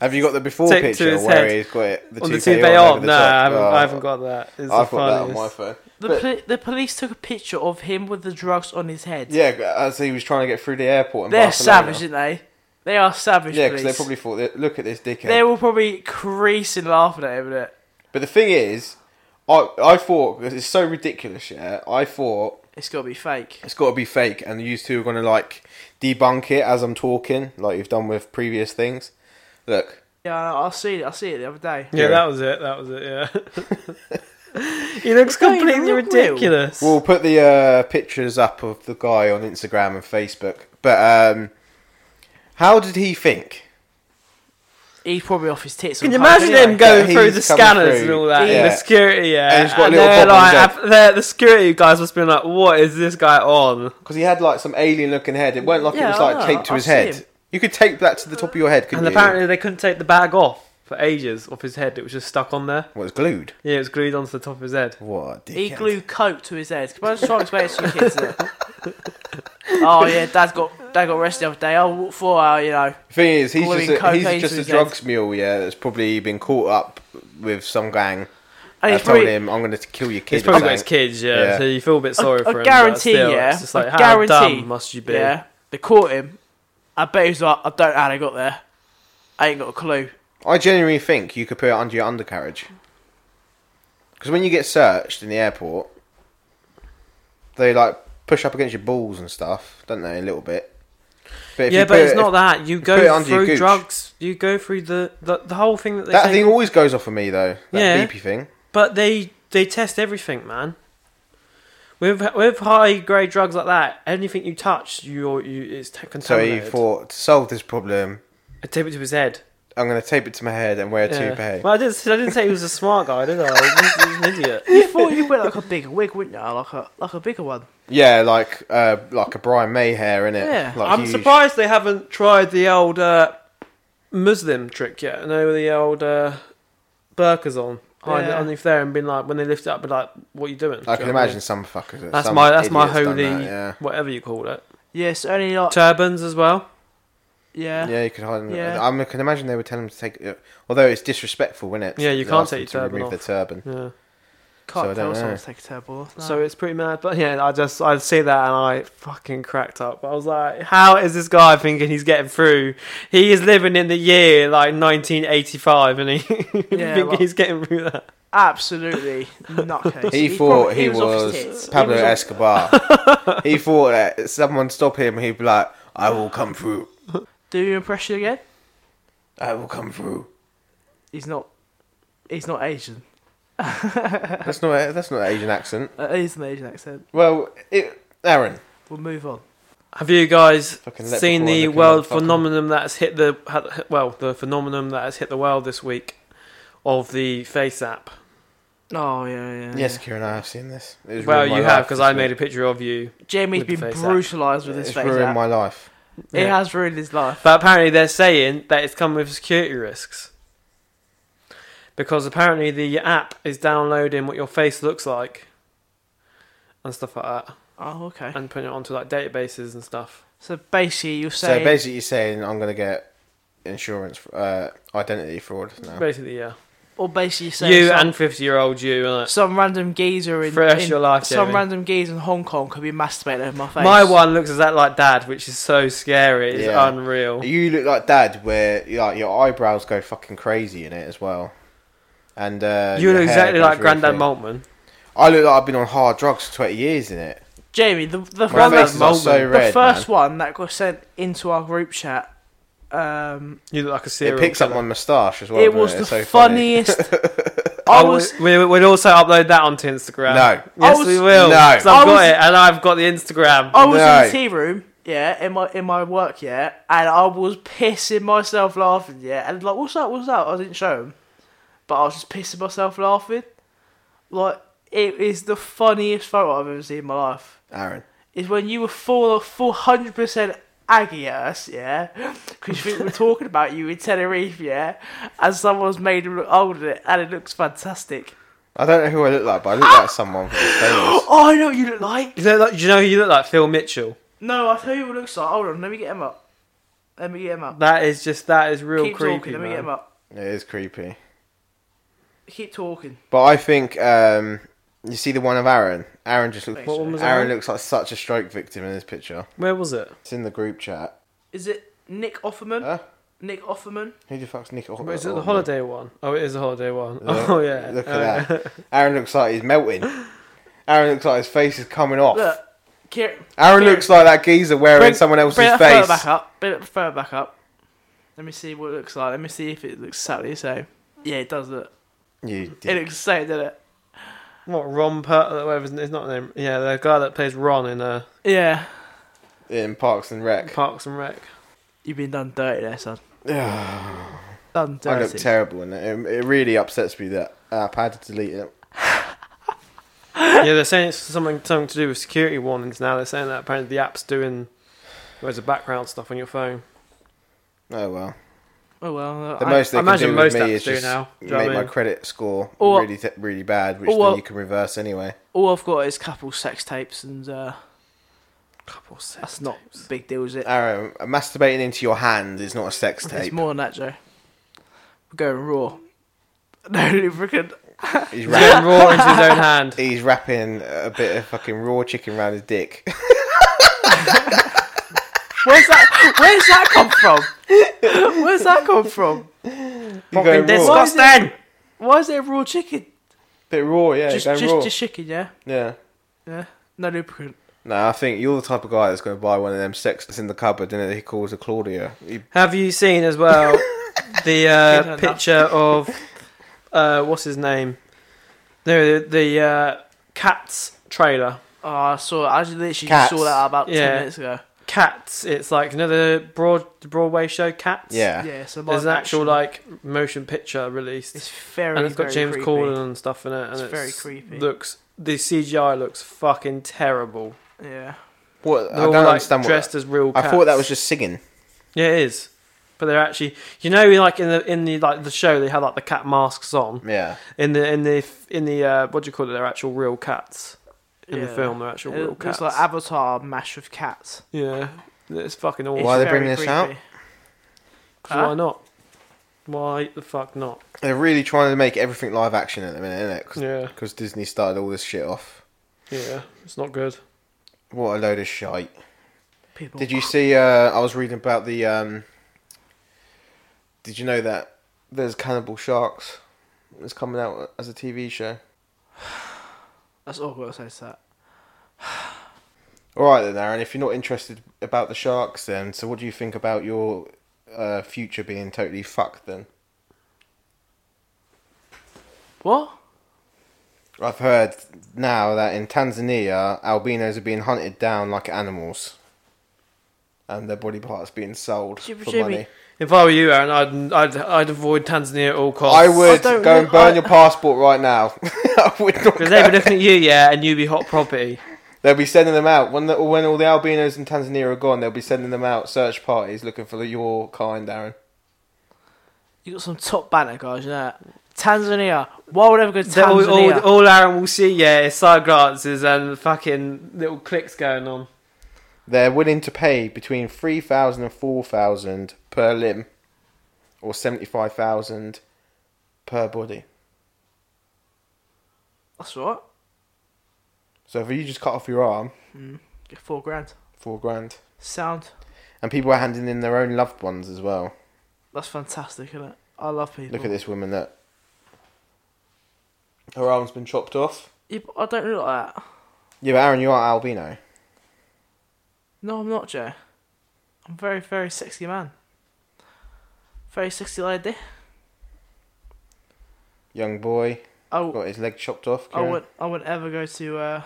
Have you got the before Tape to picture his where head. he's got it? The on the toupee TV all on. over the No, top? I haven't, Oh, I haven't got that. It's I've the got that on my funniest. phone. The, But- poli- the police took a picture of him with the drugs on his head. Yeah, as he was trying to get through the airport. In They're Barcelona. savage, aren't they? They are savage. Yeah, police. because they probably thought, look at this dickhead. They were probably creasing laughing at him, innit? But the thing is, I I thought 'cause it's so ridiculous. Yeah, I thought It's got to be fake. it's got to be fake, and you two are gonna like debunk it as I'm talking, like you've done with previous things. Look, Yeah, I, I see it. I see it the other day. Yeah, Yeah. that was it. That was it. Yeah. [laughs] he looks don't even completely look real. ridiculous. we'll put the uh, pictures up of the guy on Instagram and Facebook. But um, how did he think? He's probably off his tits. Can on you coke, imagine isn't him he? going Yeah, through he's the coming scanners through. and all that? Yeah. And the security, yeah. And he's got a little they're bob on like, his af- they're- the security guys must be like, what is this guy on? Because he had like some alien-looking head. It weren't like Yeah, it was I like know, taped to I his see head. him. You could tape that to the top of your head, couldn't And you? apparently they couldn't take the bag off for ages off his head. It was just stuck on there. well, it's glued. Yeah, it was glued onto the top of his head. What? a He dickhead. glued coke to his head. Can I just try and explain it to your kids? innit? oh yeah, dad's got dad got arrested the other day. Oh, what for? Oh, you know, Thing is, he's Gluing just a, cocaine he's to just a his drugs mule, yeah, that's probably been caught up with some gang. and I he's told probably. him, I'm going to kill your kid. He's probably or got his something." kids, yeah, Yeah. so you feel a bit sorry I for him. but guarantee, still, yeah. It's just like, I how guarantee. dumb must you be? Yeah, they caught him. I bet he was like, I don't know how they got there. I ain't got a clue. I genuinely think you could put it under your undercarriage. Because when you get searched in the airport, they like push up against your balls and stuff, don't they? A little bit. But if yeah, you but put it's it- not that. You put it go under your through gooch. drugs. You go through the, the, the whole thing that they That say. thing always goes off of me though. That Yeah. beepy thing. But they they test everything, man. With with high grade drugs like that, anything you touch, you you it's t- So he contaminated. thought to solve this problem, I tape it to his head. I'm going to tape it to my head and wear a Yeah. toupee. Well, I didn't I didn't say he was a smart guy, did I? He was, he was an [laughs] idiot. [laughs] You thought you went like a bigger wig, wouldn't you? Like a like a bigger one. Yeah, like uh, like a Brian May hair in it. Yeah. like I'm huge. surprised they haven't tried the old uh, Muslim trick yet. I know the old uh, burkas on hide it Yeah. underneath there and been like when they lift it up, be like, "What are you doing?" Do I you know can what I mean? imagine some fuckers. that- That's some my that's my idiots done holy that, yeah. whatever you call it Yeah, it's only like turbans as well. yeah. Yeah, you could hide. Yeah. Yeah. I can imagine they would tell him to take. uh, Although it's disrespectful, isn't it? Yeah, you They can't ask them take to your turban remove off. the turban. Yeah. Can't So I don't tell someone know. to take a turbo off. No. So it's pretty mad, but yeah, I just I see that and I fucking cracked up. I was like, how is this guy thinking he's getting through? He is living in the year like 1985, and he [laughs] Yeah, think well- he's getting through that. [laughs] absolutely nutcase. probably- He, thought he, off was, his tits. He Pablo was off- Escobar. [laughs] he thought that someone stop him, he'd be like, "I will come through. Do your impression again. I will come through." He's not. He's not Asian. That's not. That's not an Asian accent. That Uh, is an Asian accent. Well, it, Aaron. We'll move on. Have you guys Fucking leprechaun seen the looking world motherfucker. phenomenon that has hit the ha- well the phenomenon that has hit the world this week of the face app? Oh yeah, yeah. Yes, yeah. Kieran, I have seen this. It's Mm. Well, ruined my you have life because this I week. made a picture of you. Jamie's With the been face app. brutalised with his It's face. ruined app. my life. It Yeah. has ruined his life. But apparently they're saying that it's come with security risks. Because apparently the app is downloading what your face looks like and stuff like that. Oh okay. And putting it onto like databases and stuff. So basically, you're So saying basically, you're saying I'm going to get insurance, uh, identity fraud now. Basically, yeah. or basically you're saying you some, and fifty year old you uh, and some random geezer in, Fresh in your life, some Jamie. random geezer in Hong Kong could be masturbating over my face. my one looks exactly like dad, which is so scary. It's Yeah. unreal. You look like Dad, where like your eyebrows go fucking crazy in it as well, and uh, you your look hair exactly goes like really Grandad thin. Maltman. I look like I've been on hard drugs for twenty years in it. Jamie, the the, My one Grandad face that, is like, so Maltman. the red. first man. one that got sent into our group chat. Um, You look like a serial. It picks up killer. my moustache as well. it doesn't was the It's so funny. funniest. I [laughs] I was Oh, we, we'll also upload that onto Instagram. No. Yes, I was- we will. No. 'cause I've I got was- it, and I've got the Instagram. I was in No. the tea room, yeah, in my in my work, yeah, and I was pissing myself laughing, yeah, and like, what's that? What's that? I didn't show him, but I was just pissing myself laughing. Like it is the funniest photo I've ever seen in my life. Aaron. Is when you were full full hundred percent aggy at us, yeah, because we were talking about you in Tenerife, yeah, and someone's made him look older, and it looks fantastic. [gasps] I don't know who I look like, but I look like someone. [gasps] from Spain. Oh, I know what you look like. You look like, do you know who you look like? Phil Mitchell. No, I tell you what it looks like. Hold on, let me get him up. Let me get him up. That is just that is real Keep creepy. talking. Let me man. get him up. It is creepy. Keep talking. But I think um, you see the one of Aaron. Aaron just looks. What one Aaron, was Aaron? looks like such a stroke victim in this picture. Where was it? It's in the group chat. Is it Nick Offerman? Huh? Nick Offerman. Who the fuck's Nick? Wait, is it the holiday one? Oh, it is the holiday one. [laughs] oh yeah. Look at Oh, yeah. that. Aaron looks like he's [gasps] melting. Aaron looks like his face is coming off. Look, Kieran. Aaron Kieran, looks like that geezer wearing someone else's bring that Photo face. back up. Bring that photo back up. Let me see what it looks like. Let me see if it looks exactly the same. Yeah, it does look. You It did. looks the same, doesn't it? [laughs] What Ron Pert? uh, Whatever his- it's not name. Yeah, the guy that plays Ron in uh, Yeah. in Parks and Rec. Parks [laughs] and Rec. You've been done dirty there, son. [sighs] I Done dirty. look terrible in it. It- It really upsets me that uh, I had to delete it. yeah, they're saying it's something something to do with security warnings now. They're saying that apparently the app's doing loads of background stuff on your phone. Oh well. oh well. The I, most they I can imagine do with most me apps is do just now. Do you make know what I my mean? credit score Or- really te- really bad, which or- then you can reverse anyway. all I've got is couple sex tapes, and uh, Couple that's not a big deal, is it? Aaron, masturbating into your hand is not a sex It's tape. more than that, Joe. We're going raw. [laughs] No lubricant. He's, He's [laughs] wrap- getting raw into his own [laughs] hand. he's wrapping a bit of fucking raw chicken around his dick. [laughs] Where's that? Where's that come from? Where's that come from? You're Fucking going raw. Why is it- disgusting. Why is there raw chicken? Bit raw, yeah. just, going just, raw. just chicken, yeah, Yeah. yeah. No lubricant. No, I think you're the type of guy that's going to buy one of them sex that's in the cupboard and he calls a Claudia. He- Have you seen as [laughs] well the Good uh, enough. picture of uh, what's his name? No, the, the uh, cats trailer. Oh, I saw. I just literally Cats. saw that about Yeah. ten minutes ago. Cats. It's like you know the broad the Broadway show Cats. yeah. Yeah, so There's an live actual action. like motion picture released. It's very. and it's got very James creepy. Corden and stuff in it, and It's it's, very creepy. Looks the CGI looks fucking terrible. Yeah. What? They're I don't all, like, understand what. dressed as real. I thought that was cats. just singing. yeah, it is. But they're actually, you know, like in the in the like the show, they had like the cat masks on. Yeah. In the in the in the uh, what do you call it? They're actual real cats. In the Yeah. film, they're actual It real looks cats. like Avatar mash with cats. yeah, it's fucking It's awful. Why are they very bringing this creepy. out? Why, Huh? not? Why the fuck not? They're really trying to make everything live action at the minute, innit? Yeah, Because Disney started all this shit off. yeah, it's not good. What a load of shite. Oh, People. Did you see? Uh, I was reading about the. Um, did you know that there's Cannibal Sharks? It's coming out as a TV show. That's all I've got to say to that. All right then, Aaron. If you're not interested about the sharks, then so what do you think about your uh, future being totally fucked? Then What? I've heard now that in Tanzania, albinos are being hunted down like animals, and their body parts being sold Jimmy, for Jimmy, money. If I were you, Aaron, I'd I'd, I'd avoid Tanzania at all costs. I would don't go and know- burn I- your passport right now. [laughs] I would not. Because they'd go. be looking at you, yeah, and you'd be hot property. They'll be sending them out when the, when all the albinos in Tanzania are gone. They'll be sending them out search parties looking for your kind, Aaron. You got some top banner guys, you know that. Tanzania. Why would I ever go to That all, all, Tanzania? all Aaron will see, yeah, is side glances and fucking little clicks going on. They're willing to pay between three thousand and four thousand per limb, or seventy five thousand per body. That's all right. So if you just cut off your arm, Get four grand. four grand, Sound. and people are handing in their own loved ones as well. That's fantastic, isn't it? I love people. Look at this woman that her arm's been chopped off. Yeah, but I don't look like that. Yeah, but Aaron, you are albino. No, I'm not, Joe. I'm a very, very sexy man. Very sexy lady. Young boy I, w- got his leg chopped off. I Kieran. wouldn't I wouldn't ever go to uh,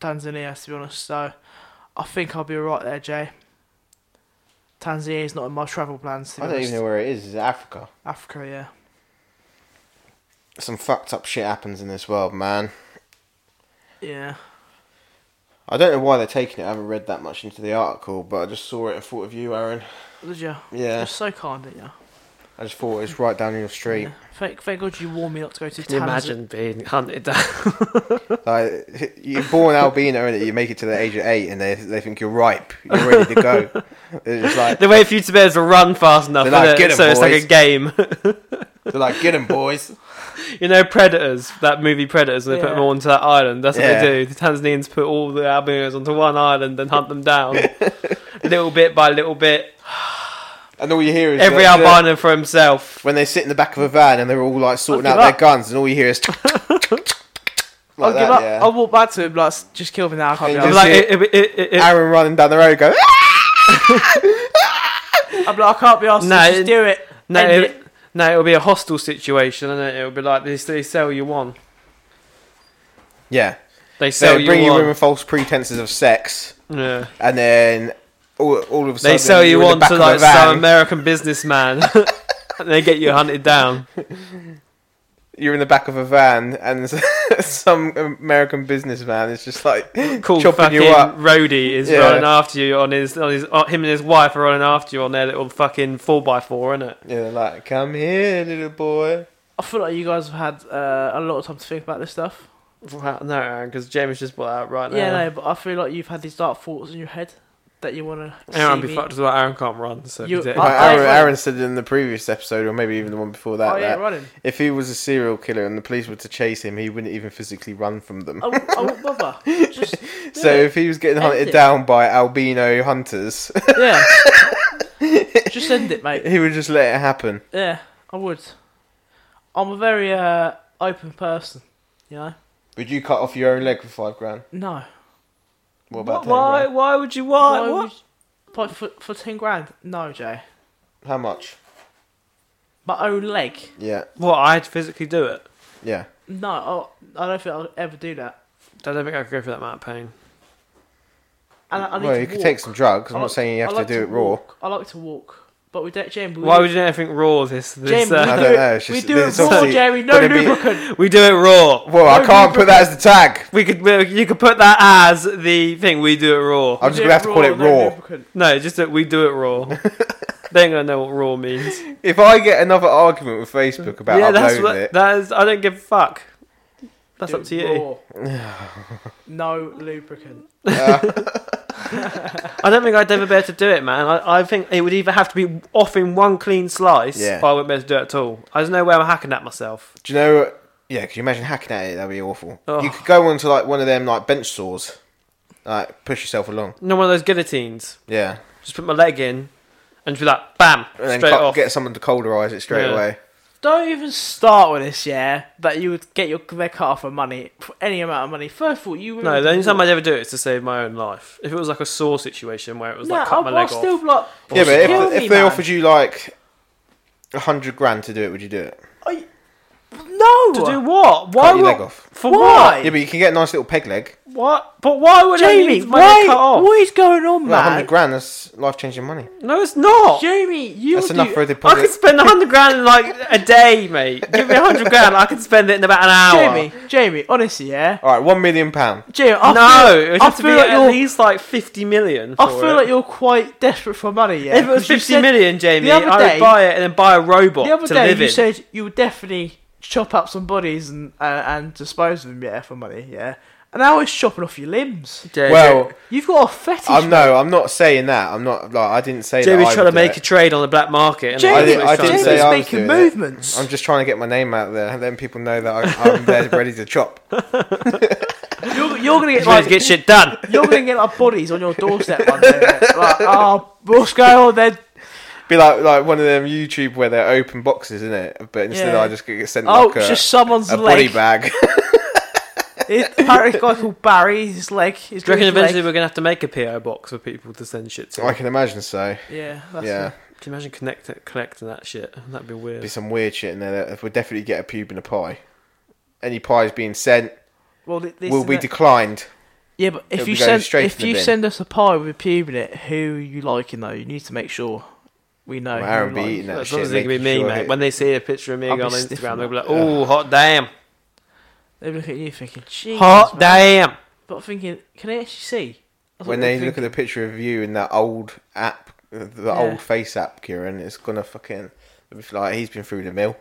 Tanzania to be honest. So I think I'll be alright there, Jay. Tanzania is not in my travel plans. To be I don't honest. even know where it is. Is it Africa? Africa, yeah. some fucked up shit happens in this world, man. Yeah. I don't know why they're taking it. I haven't read that much into the article, but I just saw it and thought of you, Aaron. Did you? Yeah. You're so kind, didn't you? I just thought it's right down your [laughs] street. Thank, thank God you warned me not to go to Can you Tamsin. imagine being hunted down? Like [laughs] you're born albino and you make it to the age of eight, and they they think you're ripe, you're ready to [laughs] go. It's just like the way for you to be able to run fast enough, They're like, isn't it? "Get 'em, so it's like boys." a game. they're like, get 'em boys. you know, Predators, that movie Predators, they put Yeah. them all onto that island. That's what Yeah. they do. The Tanzanians put all the albinos onto one island and hunt them down, [laughs] little bit by little bit. And all you hear is Every the- the- albino for himself. when they sit in the back of a van and they're all like sorting I'll out give their up. guns, and all you hear [laughs] is [laughs] like I'll that, give up. yeah. I'll walk back to him. Like, "S- just kill me now. I can't be Yeah, It was arsed." like it. it, it, it, it, it, Aaron running down the road, go. "Ah!" I'm like, I can't be asked. No, just it- do it. no, End it, no, it'll be a hostile situation, and it? it'll be like they, they sell you one. Yeah, They so sell they you bring you one. in with false pretenses of sex, yeah. and then all, all of a sudden They sell you you're in the on back to of a like van. some American businessman, [laughs] and they get you hunted down. You're in the back of a van, and [laughs] some American businessman is just like Cool, chopping fucking you up. Roadie is Yeah. running after you on his on his uh, him and his wife are running after you on their little fucking four by four, isn't it? Yeah, they're like come here, little boy. I feel like you guys have had uh, a lot of time to think about this stuff. Wow, no, Aaron, because James just brought out right now. Yeah, no, but I feel like you've had these dark thoughts in your head that you want to. Aaron be fucked as well. Aaron can't run, so You- he's dead. I- Like I- Aaron, Aaron said in the previous episode, or maybe even the one before that, Oh yeah, that running. if he was a serial killer and the police were to chase him, he wouldn't even physically run from them. I, won't- I won't Oh, bother. Just [laughs] So if he was getting End hunted it. down by albino hunters, [laughs] yeah, just end it, mate. he would just let it happen. Yeah, I would. I'm a very uh, open person. You know. Would you cut off your own leg for five grand? No. What about ten why? grand? Why would you? Why? Why what? would- but for for ten grand? No, Jay. How much? My own leg. Yeah, What? I'd physically do it. yeah. No, I, I don't think I'll ever do that. I don't think I could go through that amount of pain. And I, I need well, to you could walk. take some drugs. I'm I not like- saying you have I to like do it raw. walk. I like to walk, but with that Jamie, we Why do- would you do anything raw? This this Jamie, I uh, don't know. It's we just, do it it's raw, obviously- Jamie. No but it'd be- lubricant. we do it raw. Well, I No can't put that [laughs] as the tag. We could we, you could put that as the thing. We do it raw. I'm We just do gonna have to call it no raw. lubricant. No, just that we do it [laughs] raw. they ain't gonna know what raw means. If I get another argument with Facebook about yeah, that's uploading what, it, that is. I don't give a fuck. That's Do up to you. raw. [laughs] no lubricant. I don't think I'd ever be able to do it, man. I, I think it would either have to be off in one clean slice, Yeah. or I wouldn't be able to do it at all. I don't know where I'm hacking at myself. do you know? what- Yeah, could you imagine hacking at it? That'd be awful. Oh. You could go onto like one of them like bench saws, like push yourself along. No one of those guillotines. Yeah, Just put my leg in, and just be like, bam, and then straight cut, off. get someone to colderize it straight Yeah. away. Don't even start with this, yeah. That you would get your their cut off for money, for any amount of money. First of all, you No, the only time I'd ever do it is to save my own life. If it was like a saw situation where it was no, like cut my I'll, leg I'll still off, like. Yeah, but if, Kill me, if they man. offered you like a hundred grand to do it, would you do it? No, to do what? Why Cut your would leg off. for Why? what? Yeah, but you can get a nice little peg leg. What? But why would I Jamie, need my leg why? cut off? What is going on, Well, a man? hundred grand, that's life changing money. No, it's not. Jamie, you That's do- enough for a I could deposit. spend a hundred grand in like a day, mate. Give me a hundred grand, I could spend it in about an hour. Jamie, Jamie, honestly, yeah. All right, one million pound. Jamie, I no, feel, it would I have to be feel like at you're, least like fifty million. I for feel it. like you're quite desperate for money, yeah. if it was 'Cause you fifty said- million, Jamie, the other I day- would buy it and then buy a robot the other to day live you in. said you would definitely chop up some bodies and uh, and dispose of them, yeah, for money, yeah. And now it's chopping off your limbs. Jamie, well, You've got a fetish. I'm no, I'm not saying that. I'm not like I didn't say Jamie's that. trying I to would do make a it. trade on the black market. And Jamie, I didn't- I didn't Jamie's Jamie's say I was making doing it. movements. I'm just trying to get my name out there, and then people know that I, I'm there [laughs] ready to chop. You're, you're gonna get trying like to get shit done. [laughs] you're gonna get like bodies on your doorstep one day. [laughs] mate. Like, oh, what's going on then? Be like like one of them YouTube where they're open boxes, isn't it? But instead, Yeah. I just get sent Oh, like a, it's just someone's a body leg. bag. [laughs] It, apparently, a guy called Barry, his leg. His Do you reckon leg- eventually we're gonna have to make a PO box for people to send shit to? I can imagine so. Yeah, that's yeah, Can you imagine connect collecting that shit? That'd be be weird. some weird shit in there. That we'll definitely get a pube and a pie. Any pies being sent Well, th- this will is be it. declined. yeah, but if it'll you be going send straight if in the you bin. send us a pie with a pube in it, who are you liking though? You need to make sure we know. Well, who Aaron you be like. eating that As shit. long as it can be making me, sure mate. it- when they see a picture of me I'll on be Instagram, sniffing they'll be like, that. "Oh, hot damn, They look at you thinking, Jesus, hot man." damn." But I'm thinking, can they actually see? That's when what they I'm look at thinking. the picture of you in that old app, uh, the Yeah. old face app, Kieran, it's gonna fucking If, Like he's been through the mill.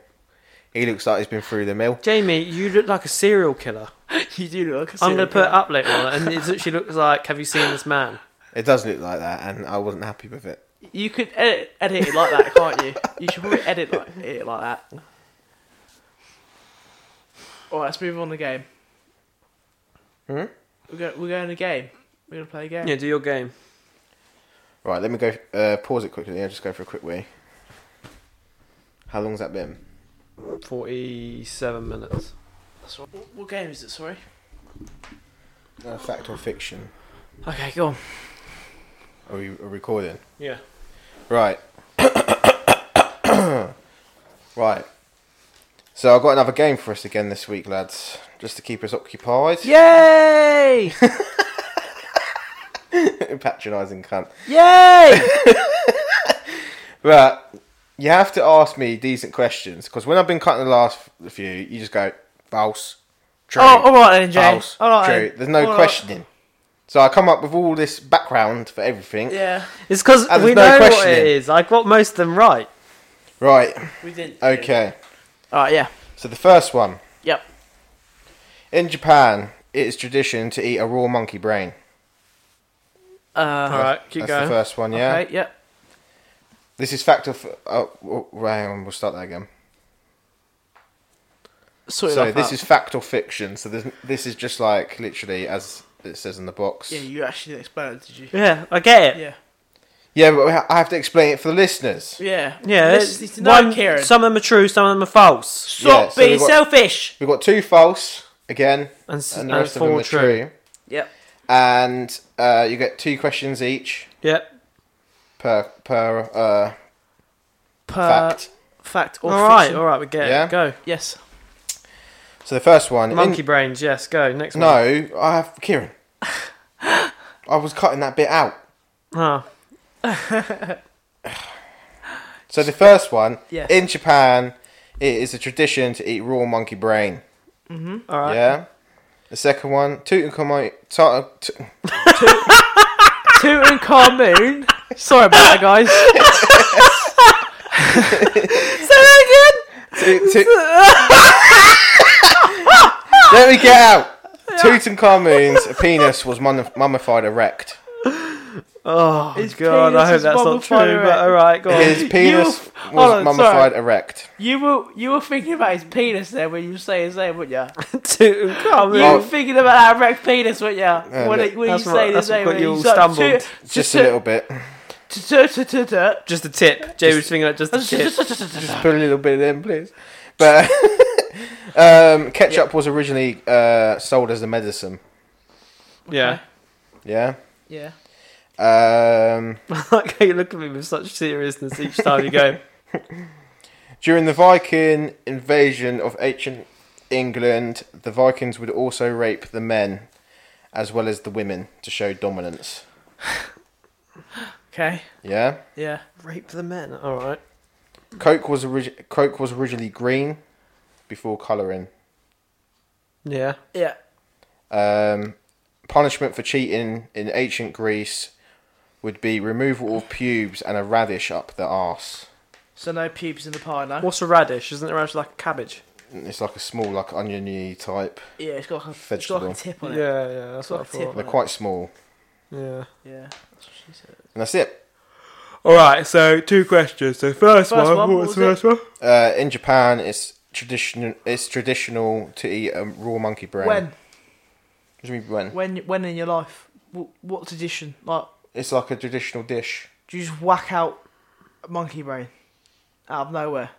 He looks like he's been through the mill. Jamie, you look like a serial killer. [laughs] you do look. I'm going to put it up later on, and it literally looks like, have you seen this man? It does look like that, and I wasn't happy with it. You could edit, edit it like that, can't you? You should probably edit like edit it like that. All right, let's move on to the game. Hmm? We're going. We're going to game. We're going to play a game. Yeah, do your game. Right, let me go. Uh, pause it quickly. and just go for a quick wee. How long's that been? 47 minutes. That's what, what- what game is it? Sorry. Uh, fact or fiction? Okay, go on. Are we are we recording? Yeah. Right. [coughs] right. So I've got another game for us again this week, lads, just to keep us occupied. Yay! [laughs] Patronising cunt. Yay! Right. You have to ask me decent questions because when I've been cutting the last few, you just go false, true, Oh, all right then, James. false, All right. true. then. There's no All right. questioning. So I come up with all this background for everything. Yeah, It's because And we know there's no what it questioning. is. I got most of them right. Right. we didn't. Okay. All right. Yeah. So the first one. Yep. In Japan, it is tradition to eat a raw monkey brain. Uh, All right, keep That's going. the first one, yeah. Okay. Yep. This is fact of. Oh, oh, hang on, we'll start that again. Sort so this is fact or fiction. So this this is just like literally as it says in the box. Yeah, you actually didn't explain it, did you? Yeah, I get it. Yeah. Yeah, but we ha- I have to explain it for the listeners. Yeah. Yeah, This it's- is no one- Karen. Some of them are true, some of them are false. Stop Yeah, so being we've got- selfish. We've got two false again, And, s- and and, the rest of them four are true. true. Yep. And uh, you get two questions each Yep. per per uh, Per fact. fact or All right, fiction. all right, we get Yeah? it. Go. Yes. So the first one. in- Monkey brains, yes, go. Next one. no, I have Kieran. [laughs] I was cutting that bit out. Oh. So the first one Yeah. in Japan, it is a tradition to eat raw monkey brain. All right. Yeah. The second one, Tutankhamun. Ta- t- Tutankhamun. Sorry about that, [laughs] guys. tu- tu- Let me get out. Tutankhamun's penis was mum- mummified erect. Oh, His God, penis I hope is that's not true, mummified erect. but all right, go on. His penis hold was on, mummified sorry. erect. [laughs] You were you were thinking about his penis there when you were saying his name, weren't ya? [laughs] You Tutankhamun. Oh. were thinking about that erect penis, weren't ya? Yeah, When, look, it, when you that's what- say that's his name, what when you you all start, stumbled. "Tu- Just tu- a little bit. tu- tu- tu- tu- tu." Just a tip. Jay was thinking about just [laughs] a tip. Just put a little bit in, please. But [laughs] um, ketchup was originally uh, sold as a medicine. Yeah. Yeah. Yeah. Um, I [laughs] like how you look at me with such seriousness each time you go. During the Viking invasion of ancient England, the Vikings would also rape the men as well as the women to show dominance. [laughs] Okay. Yeah? Yeah. Rape the men. All right. Coke was, orig- Coke was originally green before colouring. Yeah. Yeah. Um, punishment for cheating in ancient Greece would be removal of pubes and a radish up the arse. So no pubes in the pie now. What's a radish? Isn't a radish like a cabbage? It's like a small, like oniony type. Yeah, it's got like a, it's got like Vegetable. a tip on it. Yeah, yeah, that's what I Got a tip thought. They're quite small. Yeah. Yeah, that's what she said. And that's it. All right, so two questions. So first, First one, one, what what was was the it? first one? Uh, in Japan, it's tradition. It's traditional to eat a raw monkey brain. When, What do you mean when? when, when in your life, what, what tradition? Like, It's like a traditional dish. do you just whack out a monkey brain out of nowhere?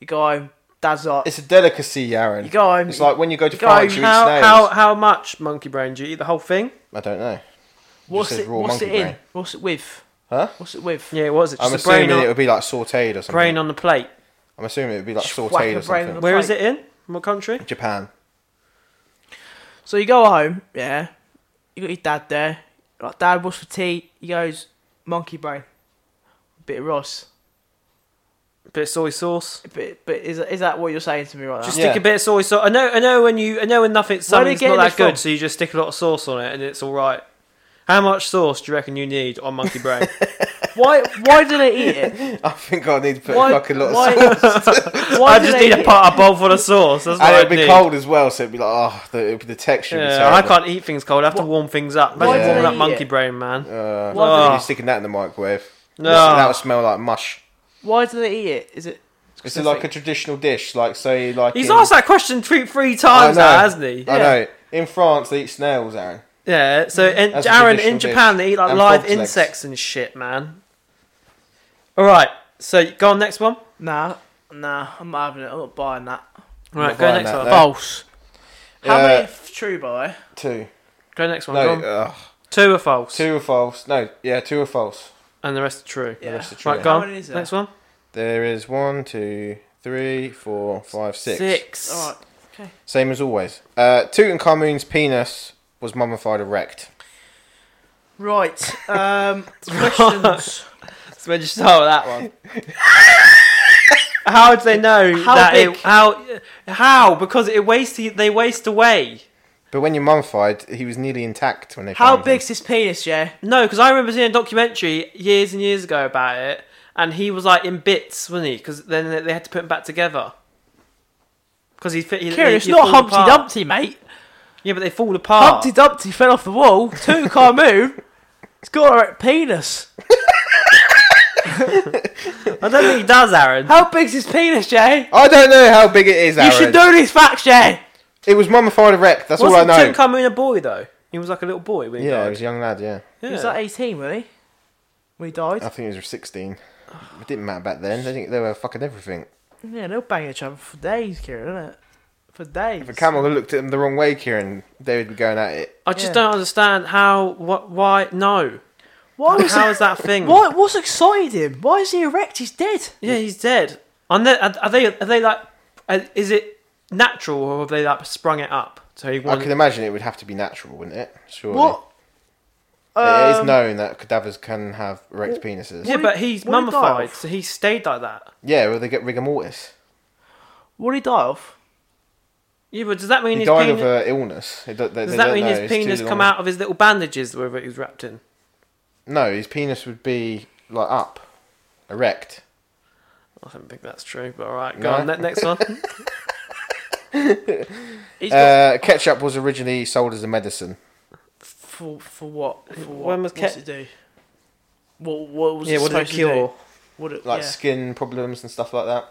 You go home, dad's like, It's a delicacy, Aaron. you go home. it's like when you go to you go- France, you eat How, snails. how how much monkey brain do you eat the whole thing? I don't know. what's says it? raw What's it monkey in? brain. What's it with? Huh? What's it with? Yeah, what is it? I'm Just a brain assuming it on, would be like sautéed or something. brain on the plate. I'm assuming it would be like Just whack sautéed a brain or something. on Where is plate. it in? In What country? Japan. So you go home, yeah. You got your dad there. Like, dad, what's for tea? He goes, monkey brain, bit of rice. bit of soy sauce. But but is is that what you're saying to me right now? Just Uh, Yeah. stick a bit of soy sauce. I know, I know when you, I know when nothing, Where are they something's not getting that it good, from? so you [laughs] just stick a lot of sauce on it, and it's all right. How much sauce do you reckon you need on monkey brain? Why? Why do they eat it? I think I need to put Why? like a lot of why, [laughs] salt. why I do just they need a eat pot, a bowl full of sauce. That's what [laughs] And I it'd be need. cold as well, so it'd be like, oh, the, it'd be the texture. would be Yeah, I terrible. can't eat things cold. I have to warm things up. Why Imagine do warming they up eat monkey it? brain, man. Why Uh, do they- You're sticking that in the microwave. No. That's- That would smell like mush. it? Why do they eat it? Is it? Is it like a traditional dish? Like, say, like. He's in- asked that question three three I times know. now, hasn't he? I Yeah. know. In France, they eat snails, Aaron. Yeah. So, in, That's a Aaron, traditional in Japan, they eat like And live frog's legs. insects and shit, man. All right. So go on next one. Nah, nah. I'm not having it. I'm not buying that. All right. Not Go buying next that, one. though. False. How Uh, many f- true by? Two. Go next one. No, Oh, go on. ugh. Two or false, two or false. No, yeah, two or false. and the rest are true. Yeah. rest are true. Right, go How on. many is there? Next one. There is one, two, three, four, five, six. Six. All right. Same as always. Uh, Tutankhamun's penis was mummified erect. Right. [laughs] Um, questions. So where'd you start with that one? [laughs] how did they know How that it, big? how how because it waste they waste away. But when you're mummified, he was nearly intact when they How found big's his penis, yeah? No, because I remember seeing a documentary years and years ago about it, and he was like in bits, wasn't he? Because then they- they had to put him back together. Because he, fit- he, Kieran, he- it's he not fall Humpty apart. Dumpty, mate. Yeah, but they fall apart. Humpty Dumpty fell off the wall. [laughs] Tutankhamun. It's got a erect penis. I don't think he does, Aaron. How big's his penis, Jay? I don't know how big it is. You Aaron. should know these facts, Jay. It was mummified erect. That's Wasn't all I know. Tutankhamun a boy though? He was like a little boy when he yeah, he died. was a young lad. Yeah, Yeah. He was like 18, wasn't he? When he died. I think he was 16. It didn't matter back then. They think they were fucking everything. yeah, they'll bang each other for days, Kieran, isn't it? For days. If a camel looked at them the wrong way, Kieran, they would be going at it. I just Yeah. don't understand how what why [coughs] no. Why was How is that thing? [laughs] Why, what's excited him? Why is he erect? He's dead. Yeah, he's dead. Are they, are they, are they like, are- is it natural or have they like sprung it up? So he I wanted, can imagine it would have to be natural, wouldn't it? Surely. What? It is Um, known that cadavers can have erect penises. yeah, What but did- he's what did he die mummified, of? so he stayed like that. Yeah, well, they get rigor mortis. What did he die of? Yeah, but does that mean He his died of penis? an illness. They, don't- they, Does they that don't mean know. his It's too penis come long. out of his little bandages, wherever it was wrapped in? No, his penis would be like up, erect. I don't think that's true. But all right, go No. on. Ne- next [laughs] one. He's got Uh, ketchup was originally sold as a medicine. for for what? For what? When was What's Ke- it do? What what was yeah, it what did it supposed to do? cure? What it, Like yeah. skin problems and stuff like that.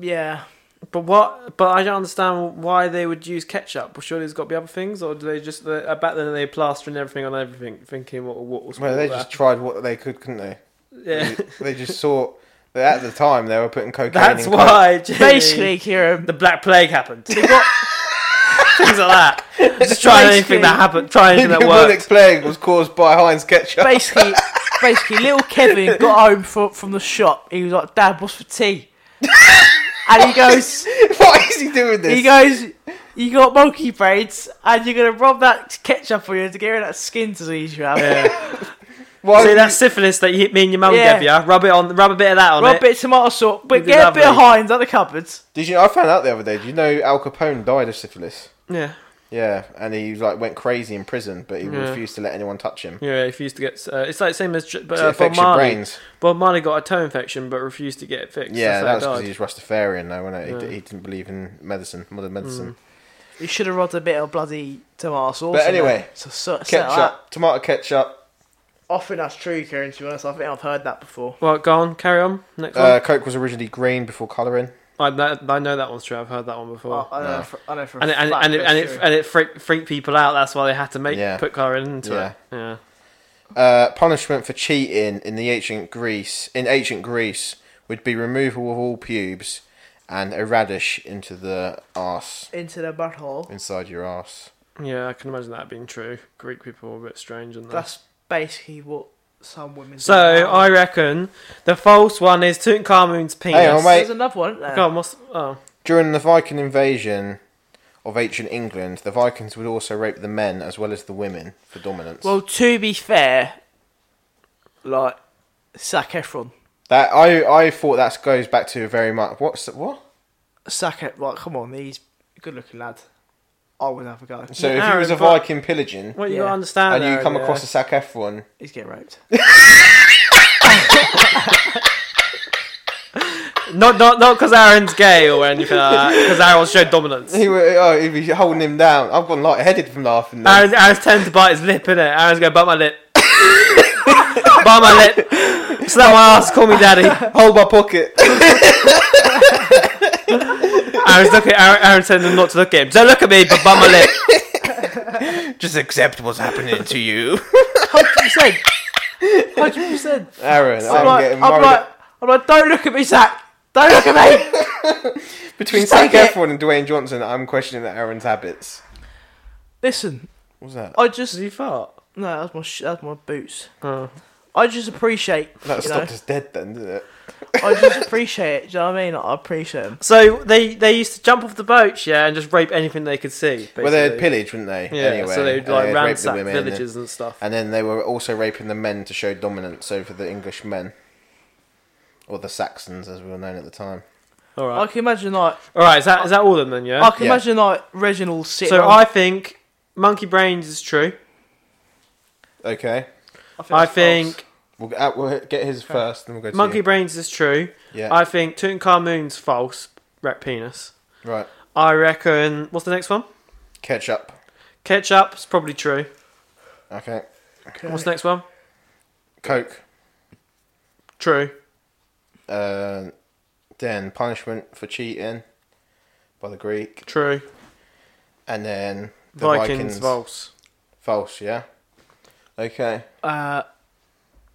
yeah. But what? But I don't understand why they would use ketchup. Well, surely there's got to be other things, or do they just? Uh, back then they plastering everything on everything, thinking what what was. Well, they what- just tried what they could, couldn't they? yeah. [laughs] They- they just saw that at the time they were putting [laughs] cocaine. That's in why. [laughs] Jimmy- Basically, Kieran, the [laughs] Black Plague happened. Things [laughs] like that. Just try anything that happened. Try [laughs] anything that Bubonic worked. plague was caused by Heinz ketchup. basically, basically, little Kevin got home from from the shop. He was like, "Dad, what's [laughs] for tea?" and he goes, [laughs] Why is he doing this? he goes, "You got monkey braids, and you're gonna rub that ketchup on you to get rid of that skin disease you have. Yeah. Why See would that syphilis that you, me and your mum Yeah. gave you. Rub it on. Rub a bit of that on Rub a it. bit of tomato sauce, but It'd be get a bit of lovely. Heinz at the cupboards." Did you? I found out the other day. Do you know Al Capone died of syphilis? Yeah. Yeah, and he like went crazy in prison, but he Yeah. refused to let anyone touch him. Yeah, if you used to get, uh, it's like same as J- but, 'Cause uh, it Bob affects your Marley. brains. Bob Marley got a toe infection but refused to get it fixed. Yeah, that That's was how because he he died. was Rastafarian, though, wasn't it? He, Yeah. Mm. d- he didn't believe in medicine, modern medicine. You should have rubbed a bit of bloody tomato sauce. But in anyway, there. so, so, so Ketchup, uh, that. tomato ketchup. I think that's true, Kieran. To be honest, I think I've heard that before. Well, go on, carry on. Next Uh, Coke was originally green before colouring. one. I, that- I know that one's true. I've heard that one before. Well, I, know no. for, I know for a and it, and, it, fact and, it, Oh, that's and it true. and it freaked, freaked people out. That's why they had to make Yeah. put colour into Yeah. it. Yeah. Uh, punishment for cheating in the ancient Greece in ancient Greece would be removal of all pubes and a radish into the arse into the butthole. inside your arse. Yeah, I can imagine that being true. Greek people were a bit strange and That's basically what some women. do So now. I reckon the false one is Tutankhamun's penis. Hang on, wait. There's another one. isn't there? Go on, what's oh During the Viking invasion of ancient England, the Vikings would also rape the men as well as the women for dominance. Well, to be fair, like Zac Efron, that I I thought that goes back to very much what's what E, Zac Efron. Like, come on, he's a good-looking lad. I would have a go. So Yeah, if you Aaron, was a but- Viking pillaging Well, you Yeah. gotta understand. and you Aaron, come yeah. across a Sac Efron, He's get raped. [laughs] not not not because Aaron's gay or anything like that. Because Aaron showed [laughs] dominance. he would, oh, he'd be holding him down. I've gone light-headed from laughing. Then. Aaron's, Aaron's tend to bite his lip, innit? Aaron's going, bite my lip. [laughs] bite my lip. Slap my ass, call me daddy. Hold my pocket. Aaron's looking, Aaron, Aaron's telling him not to look at him. Don't look at me, but bite my [laughs] lip. Just accept what's happening to you, Hundred percent. Hundred percent. Aaron. I'm, I'm like, getting I'm worried. like, I'm like, don't look at me, Zach. Don't look at me. [laughs] Between Just Zac take it. Efron and Dwayne Johnson, I'm questioning Aaron's habits. Listen, What's that? I just Did you fart? no, that's my sh- that's my boots. Oh. I just appreciate. [laughs] That you stopped know, us dead then, didn't it? I just appreciate it. Do you know what I mean? I appreciate him. So they they used to jump off the boats, yeah, and just rape anything they could see. Basically. Well, they'd pillage, wouldn't they? yeah, anyway, so they'd And like rape the ransack women and- villages and stuff. And then they were also raping the men to show dominance over the English men. Or the Saxons, as we were known at the time. All I right, can imagine like all right. Is that is that all of them then? Yeah. I can Yeah. imagine like Reginald sitting. So on, I think monkey brains is true. Okay. I it's false. think We'll, get- uh, we'll get his first, then we'll go to monkey you. brains is true. Yeah. I think Tutankhamun's false. Rat penis. Right. I reckon. What's the next one? Ketchup. Ketchup's probably true. Okay. What's the next one? Coke. True. Uh, then punishment for cheating by the Greek. True. And then the Vikings, Vikings. false. False, yeah? Okay. Uh,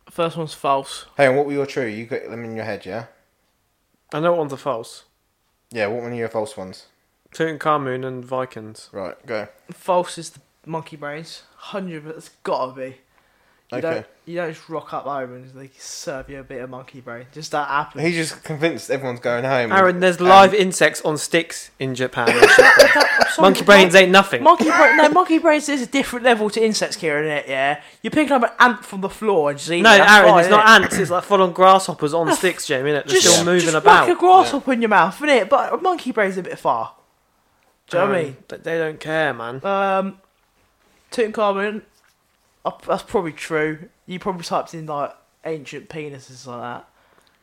first one's false. Hey, and what were your true? You got them in your head, yeah? I know what ones are false. Yeah, what were your false ones? Tutankhamun and Vikings. Right, go. False is the monkey brains. Hundred, but it's gotta be. You Okay. don't you don't just rock up home and they serve you a bit of monkey brain. Just that happens. [laughs] He just convinced everyone's going home. Aaron, there's Um, live insects on sticks in [laughs] Japan. monkey brains ain't nothing. Monkey brain, no, monkey brains is a different level to insects, Kieran, is it? Yeah, you're picking up an ant from the floor and just eating. No, it, that's Aaron, fine, it's innit? not ants. It's like full-on grasshoppers on sticks, Jamie. Innit? They're Just, still moving just about. Like a grasshopper in your mouth, innit? But a monkey brain's a bit far. Do you know what I Aaron, they- They don't care, man. mean? Um, Tutankhamun, uh, that's probably true. You probably typed in like ancient penises like that,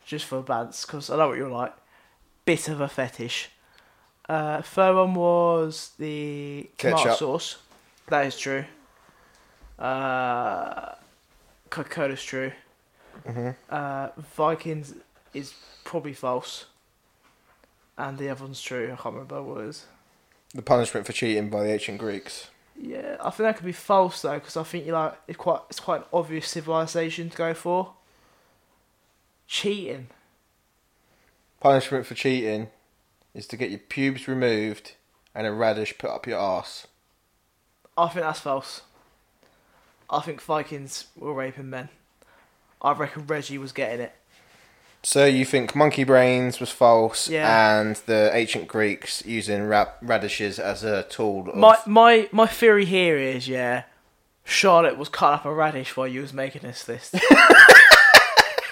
just for bants, because I know what you're like. Bit of a fetish. Uh, third one was the tomato Ketchup. sauce. That is true. Uh, Coca-Cola is true. Uh, Vikings is probably false. And the other one's true. I can't remember what it is. The punishment for cheating by the ancient Greeks. Yeah, I think that could be false though, because I think you like it's quite it's quite an obvious civilization to go for. Cheating. Punishment for cheating is to get your pubes removed and a radish put up your ass. I think that's false. I think Vikings were raping men. I reckon Reggie was getting it. So you think monkey brains was false Yeah. and the ancient Greeks using ra- radishes as a tool of... My my my theory here is yeah, Charlotte was cut up a radish while you was making this [laughs] list.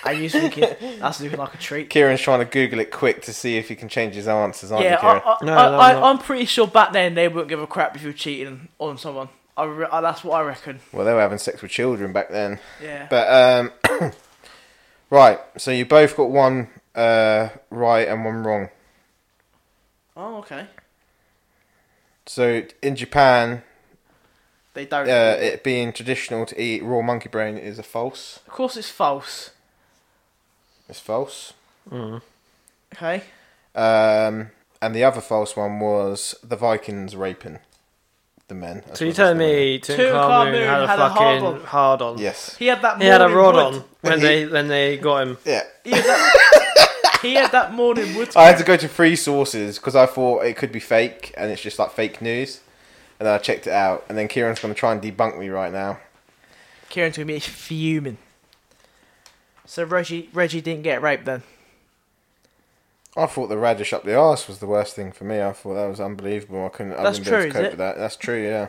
and you was thinking that's looking like a treat. Kieran's trying to Google it quick to see if he can change his answers, aren't Yeah, you, Kieran? I, I, No, I, no, I, no. I'm pretty sure back then they wouldn't give a crap if you were cheating on someone. I, re- I that's what I reckon. Well, they were having sex with children back then. Yeah. But um, [coughs] right, so you both got one uh, right and one wrong. oh, okay. So in Japan, They don't. uh, it being traditional to eat raw monkey brain is a false. of course, it's false. It's false. Okay. Um, and the other false one was the Vikings raping the men. as So you're well as telling the women. me Tutankhamun had a fucking hard on? Yes. He had that. He had a morning rod wood. on when He- they when they got him. Yeah. He had [laughs] that, he had that morning wood. I had to go to three sources because I thought it could be fake and it's just like fake news. And then I checked it out. And then Kieran's going to try and debunk me right now. Kieran's gonna be fuming. So Reggie, Reggie didn't get raped then. I thought the radish up the arse was the worst thing for me. I thought that was unbelievable. I couldn't. I That's wouldn't be true, able to is cope it? with that. That's true. Yeah.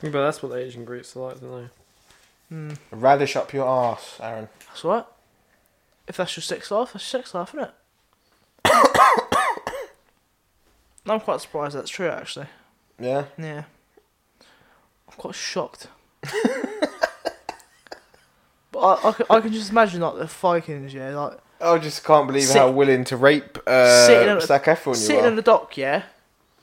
But that's what the Asian Greeks are like, don't Radish up your arse, Aaron. That's all right. If that's your sex life, that's your sex life, isn't it? [coughs] I'm quite surprised that's true, actually. Yeah. Yeah. I'm quite [laughs] shocked. but I, I, can, I can just imagine like the Vikings, yeah, like I just can't believe Sit- how willing to rape Sitting on uh, a- Zac Efron you sitting are. on the dock, yeah,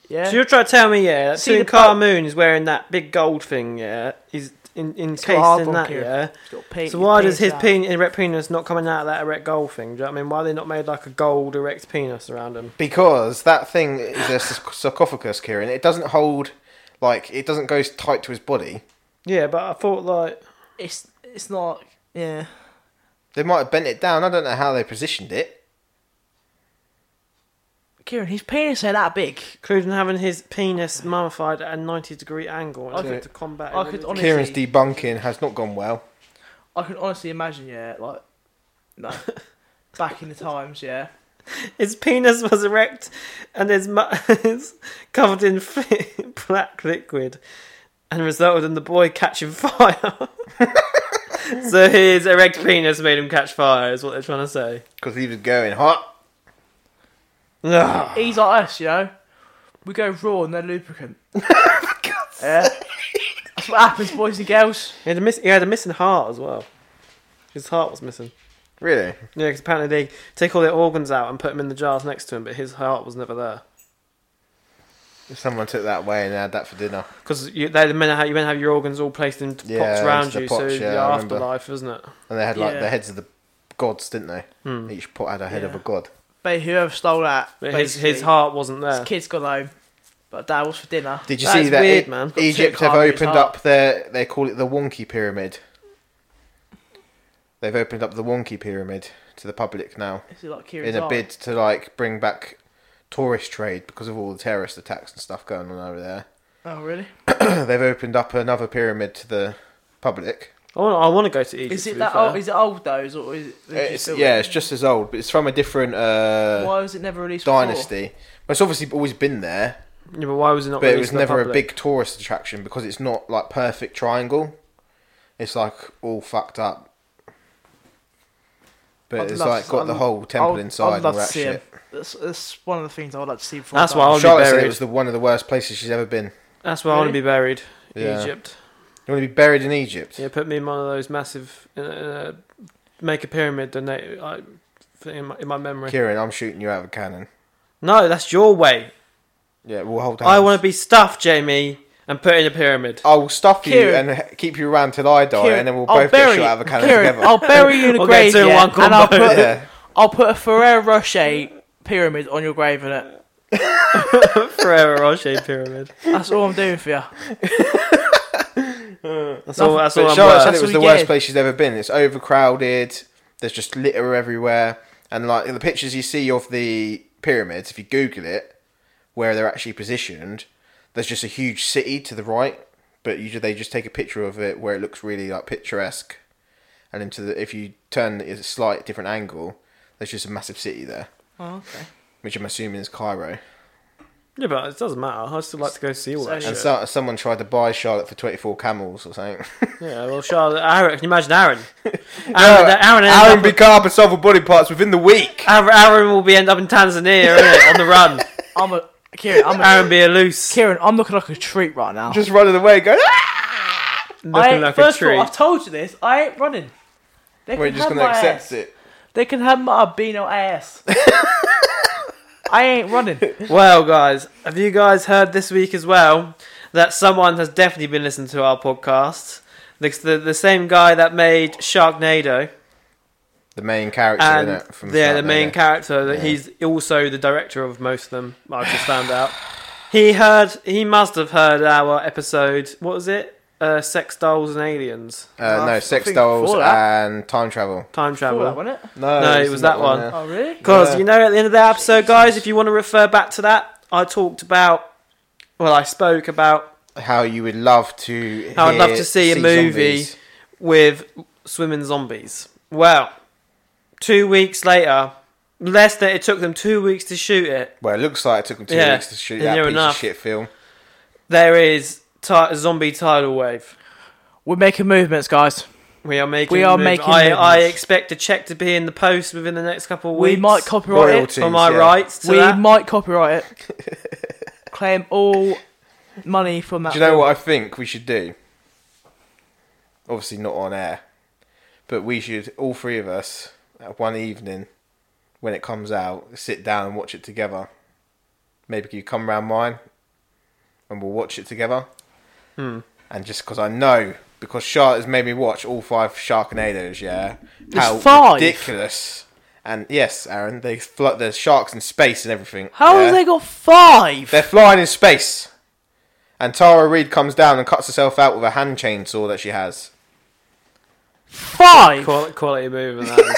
yeah. So you're trying to tell me, yeah, that See the soon Car boat- Moon is wearing that big gold thing, yeah? He's in, got a encased hard in rock that, here. yeah? He's got pe- So why does his penis out. penis, erect penis not coming out of that erect gold thing? Do you know what I mean? Why they not made like a gold erect penis around him? Because that thing is a sarc- sarcophagus, Kieran. It doesn't hold, like, it doesn't go tight to his body. Yeah, but I thought like It's it's not. Yeah, They might have bent it down. I don't know how they positioned it. Kieran, his penis ain't that big. including having his penis mummified at a ninety degree angle in I order could- to combat. I him. could honestly- Kieran's debunking has not gone well. I can honestly imagine, yeah, like [laughs] no, back in the times, yeah. his penis was erect, and his mu- [laughs] is covered in [laughs] black liquid, and resulted in the boy catching fire. [laughs] so his erect penis made him catch fire. Is what they're trying to say. Because he was going hot. Ugh. He's like us, you know. We go raw and [laughs] they're lubricant. yeah. That's what happens, boys and girls. He had a miss. He had a missing heart as well. His heart was missing. Really? Yeah, 'cause apparently they take all their organs out and put them in the jars next to him, but his heart was never there. If someone took that away and had that for dinner. Because you, they- the men have, you men have your organs all placed in Yeah, pots around into the you, so pots, yeah, your I remember. afterlife, isn't it? And they had, like, Yeah. the heads of the gods, didn't they? Hmm. Each pot had a head of Yeah. a god. But whoever stole that, But his his basically, heart wasn't his there. kid's gone home. But dad was for dinner. Did you That see is that weird, E- man. Got Egypt two have carvings opened up. up their they call it the Wonky Pyramid. They've opened up the Wonky Pyramid to the public now Is it like Kieran's in a eye? bid to like bring back tourist trade because of all the terrorist attacks and stuff going on over there. [clears throat] Oh really? They've opened up another pyramid to the public. I want, I want to go to Egypt. Is to it be that fair. old? Is it old though? Is it, or is it they It's, just built yeah, it? it's just as old, but it's from a different uh, Why was it never released? before? dynasty. But it's obviously always been there, Yeah, but why was it not? But it released was to the never a public? big tourist attraction because it's not like perfect triangle. It's like all fucked up. But I'd it's love like to- got I'd- the whole temple I'd- inside I'd and love to all that see him. shit. That's, that's one of the things I would like to see. Before That's I die. why I would be Charlotte said it buried. was the one of the worst places she's ever been. That's where I want to Really? be buried. Yeah. Egypt. You want to be buried in Egypt? Yeah, put me in one of those massive. Uh, uh, make a pyramid. Donate. I, in, my, in my memory. Kieran, I'm shooting you out of a cannon. No, that's your way. Yeah, we'll hold hands. I want to be stuffed, Jamie, and put in a [laughs] pyramid. I will stuff you Kieran. and keep you around till I die, Kieran, and then we'll I'll both get bury- shot out of a cannon Kieran, together. I'll bury you in a We'll get grave, two in yeah, one and I'll combo. put yeah, I'll put a Ferrero Rocher pyramid on your grave in it. Ferrero Rocher pyramid. That's all I'm doing for you. That's all. That's all But I'm Charlotte said worth. it That's was what the we worst get. place she's ever been. It's overcrowded. There's just litter everywhere, and like the pictures you see of the pyramids, if you Google it, where they're actually positioned, there's just a huge city to the right. But usually they just take a picture of it where it looks really like picturesque, and into the if you turn it a slight different angle, there's just a massive city there, Oh, okay. which I'm assuming is Cairo. Yeah, but it doesn't matter. I still like to go see all that shit. So- And so, someone tried to buy Charlotte for 24 camels or something. Yeah, well, Charlotte, Aaron, can you imagine [laughs] Aaron? Aaron, Aaron, Aaron, [laughs] ends up- Bicarb and Solve Body Parts within the week. Aaron, Aaron will be end up in Tanzania innit, on the [laughs] run. I'm a Kieran. I'm a, Aaron be a loose, Kieran. I'm looking like a treat right now. just running away, going. Ah! looking I- like a first tree. of all, I've told you this. I ain't running. They We're can just have gonna my accept ass. it. They can have my albino [laughs] ass. I ain't running. Well, guys, have you guys heard this week as well that someone has definitely been listening to our podcast? The, the, the same guy that made Sharknado The main character in and it from yeah, the Sharknado. main character that Yeah. he's also the director of most of them. I've just found out. He heard. He must have heard our episode. What was it? Uh, sex dolls and aliens. Uh, I no, sex think dolls before and time travel. Time All that, travel. wasn't it? No, it it was was that that one, one. Oh really? Because Yeah. you know, at the end of the episode, guys, if you want to refer back to that, I talked about. Well, I spoke about How you would love to. How I'd hear- love to see a movie. zombies. with swimming zombies. Well, two weeks later, less that it took them two weeks to shoot it. Well, it looks like it took them two Yeah. weeks to shoot And that you're piece enough. of shit film. There is ti zombie tidal wave. We're making movements, guys. We are making. We are mov- making I, I movements. expect a check to be in the post within the next couple of We weeks. might copyright it. Royalty. for my yeah. rights. To we that. [laughs] might copyright it. Claim all money from that. Do you know film. what I think we should do? Obviously not on air, but we should all three of us at one evening when it comes out sit down and watch it together. Maybe you come round mine and we'll watch it together. Hmm. And just because I know, because Shark has made me watch all five Sharknadoes, yeah, how five? ridiculous! And yes, Aaron, they fl- there's sharks in space and everything. How yeah? have they got five? They're flying in space. And Tara Reid comes down and cuts herself out with a hand chainsaw that she has. Five. Qual- quality movie that is.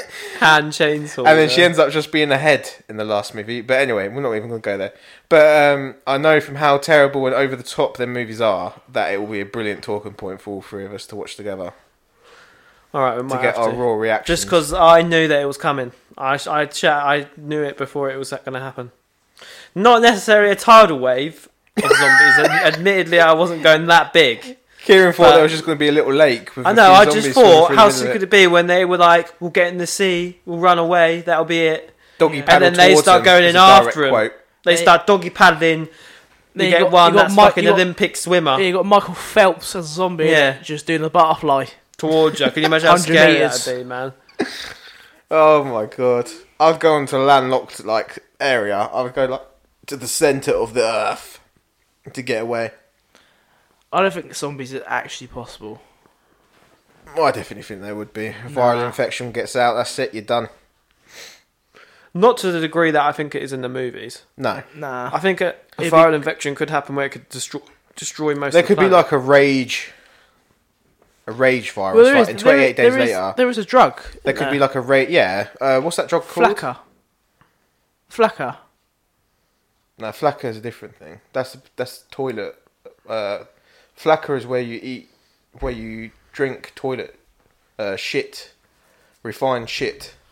[laughs] hand chainsaw. And then she yeah. ends up just being a head in the last movie. But anyway, we're not even going to go there. But um, I know from how terrible and over the top their movies are that it will be a brilliant talking point for all three of us to watch together All right, we to might get have our to. raw reaction. Just because I knew that it was coming, I sh- I ch- I knew it before it was going to happen. Not necessarily a tidal wave of zombies. [laughs] ad- admittedly, I wasn't going that big. Kieran thought but- there was just going to be a little lake. With I a know. few I zombies just swimming thought, through how the middle sick of could it. it be when they were like, "We'll get in the sea, we'll run away, that'll be it." doggy and paddle then they towards start them going is in a direct after 'em. quote. They They- start doggy paddling. You Then you get got- you one got that's Mike- fucking you got- Olympic swimmer Yeah, you got Michael Phelps as a zombie Yeah. just doing the butterfly. towards you. Can you imagine how 100 scary metres. that'd be, man? Oh my god. I'd go into a landlocked like area. I would go like to the centre of the earth to get away. I don't think zombies are actually possible. Well, I definitely think there would be. A viral infection gets out, that's it, you're done. Not to the degree that I think it is in the movies. No. Nah. I think a, a It'd be- viral infection could happen where it could destroy destroy most. There of could the be planet. like a rage a rage virus, Well, there like is, in twenty eight there days is- there is- later. There is a drug. There could be like a rage yeah. Uh, what's that drug called? Flacker. Flacker. No, flacker is a different thing. That's that's toilet. Uh, flacker is where you eat, where you drink toilet, uh, shit, [laughs] refined shit. [laughs]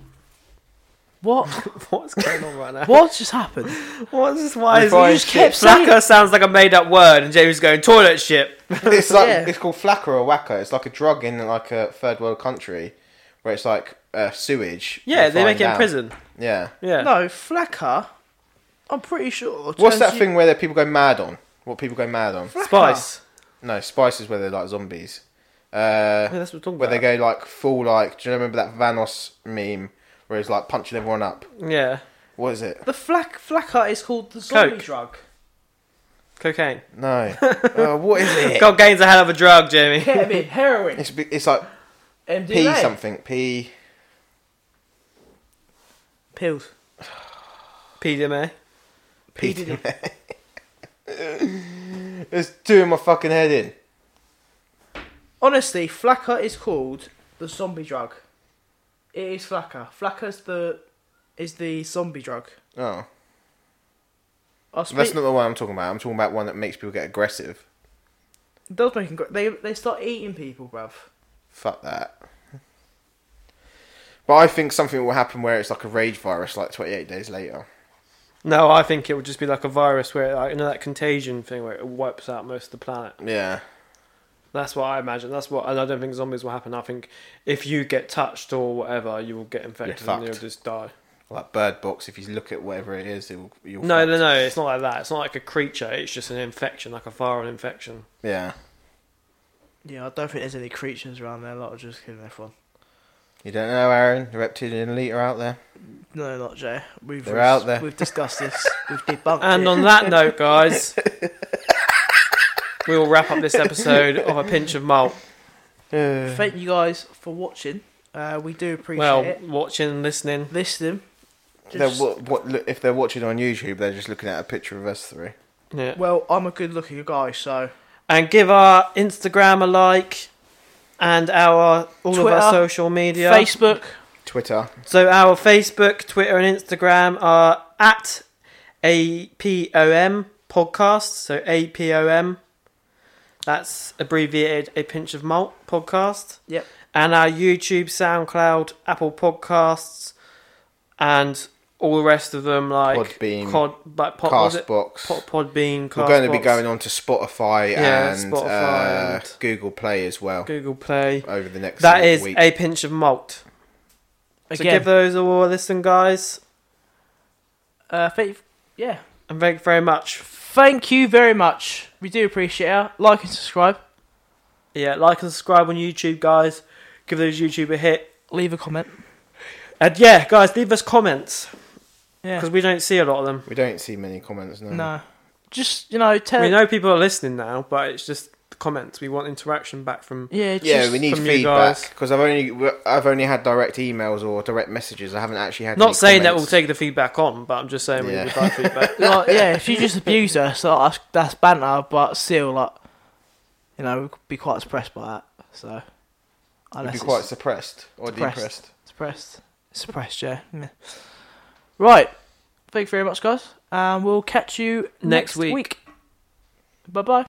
What? What's going on right now? [laughs] what just happened? What's this? Why is Refined it? You just kept saying Flacker sounds like a made up word, and James is going toilet shit. it's like Yeah. it's called flacker or wacko. It's like a drug in like a third world country where it's like uh, sewage. Yeah, they make refined it in down. prison. Yeah. Yeah. No, Flacker. I'm pretty sure. What's turns that you- thing where the people go mad on? What people go mad on? Flacker. Spice. No, spices where they're like zombies. Uh, Yeah, that's what we're talking where they about. go like full like. Do you remember that Vanos meme where it's like punching everyone up? yeah. What is it? The flack Flacker is called the zombie Coke. drug. [laughs] Cocaine. No. uh, what is it? Cocaine's a hell of a drug, Jamie. [laughs] Ketamine, [laughs] heroin, It's bi- it's like MDMA. P something. P. Pills. PDMA. P. P [laughs] did It's doing my fucking head in. Honestly, Flacker is called the zombie drug. It is Flacker. Flacker's the is the zombie drug. Oh, I speak, that's not the one I'm talking about. I'm talking about one that makes people get aggressive. those making gr- they they start eating people, bruv. Fuck that. But I think something will happen where it's like a rage virus, like 28 days later. No, I think it would just be like a virus where, like, you know, that contagion thing where it wipes out most of the planet. Yeah. That's what I imagine. That's what, and I don't think zombies will happen. I think if you get touched or whatever, you will get infected and fucked. you'll just die. Like Bird Box, if you look at whatever it is, it will, you'll. No, no, no. It's not like that. It's not like a creature. It's just an infection, like a viral infection. Yeah. Yeah, I don't think there's any creatures around there. A lot of just killing everyone. You don't know, Aaron. The reptilian elite are out there. No, not Jay. We've They're out there. We've discussed [laughs] this. We've debunked And it. on that note, [laughs] guys, we will wrap up this episode of a pinch of malt. Yeah. Thank you guys for watching. Uh, we do appreciate well, it. watching, listening. Listening. They're, Just- what, what, look, if they're watching on YouTube, they're just looking at a picture of us three. Yeah. well, I'm a good looking guy, so And give our Instagram a like and our all of Twitter, our social media. Facebook. Twitter. So our Facebook, Twitter, and Instagram are at APOM podcast. So APOM. That's abbreviated a pinch of malt podcast. Yep. And our YouTube, SoundCloud, Apple Podcasts, and all the rest of them like Podbean, Cod, like pod, was it? Castbox. Pod, Podbean, We're going to be Castbox, going on to Spotify Yeah, and, Spotify uh, and- Google Play as well Google Play. over the next That is week. a pinch of malt. So Again, give those all a listen, guys. uh, thank you- yeah. And thank you very much. Thank you very much. We do appreciate it. Like and subscribe. Yeah, like and subscribe on YouTube, guys. Give those YouTube a hit. Leave a comment. And yeah, guys, leave us comments Yeah. because we don't see a lot of them. We don't see many comments now. No. Just you know, Uh, tell. We know people are listening now, but it's just the comments. We want interaction back from. Yeah. Just, Yeah, we need from you guys. feedback because I've only I've only had direct emails or direct messages. I haven't actually had. any Not saying that we'll comments. take the feedback on, but I'm just saying we Yeah. would like [laughs] feedback. like, yeah, if you just abuse us, like, that's, that's banter, but still, like, you know, we'd be quite suppressed by that. So, We'd unless be it's quite suppressed or Depressed. depressed. suppressed, suppressed, yeah. [laughs] yeah. Right. Thank you very much, guys. And we'll catch you Next next, week. week. Bye bye.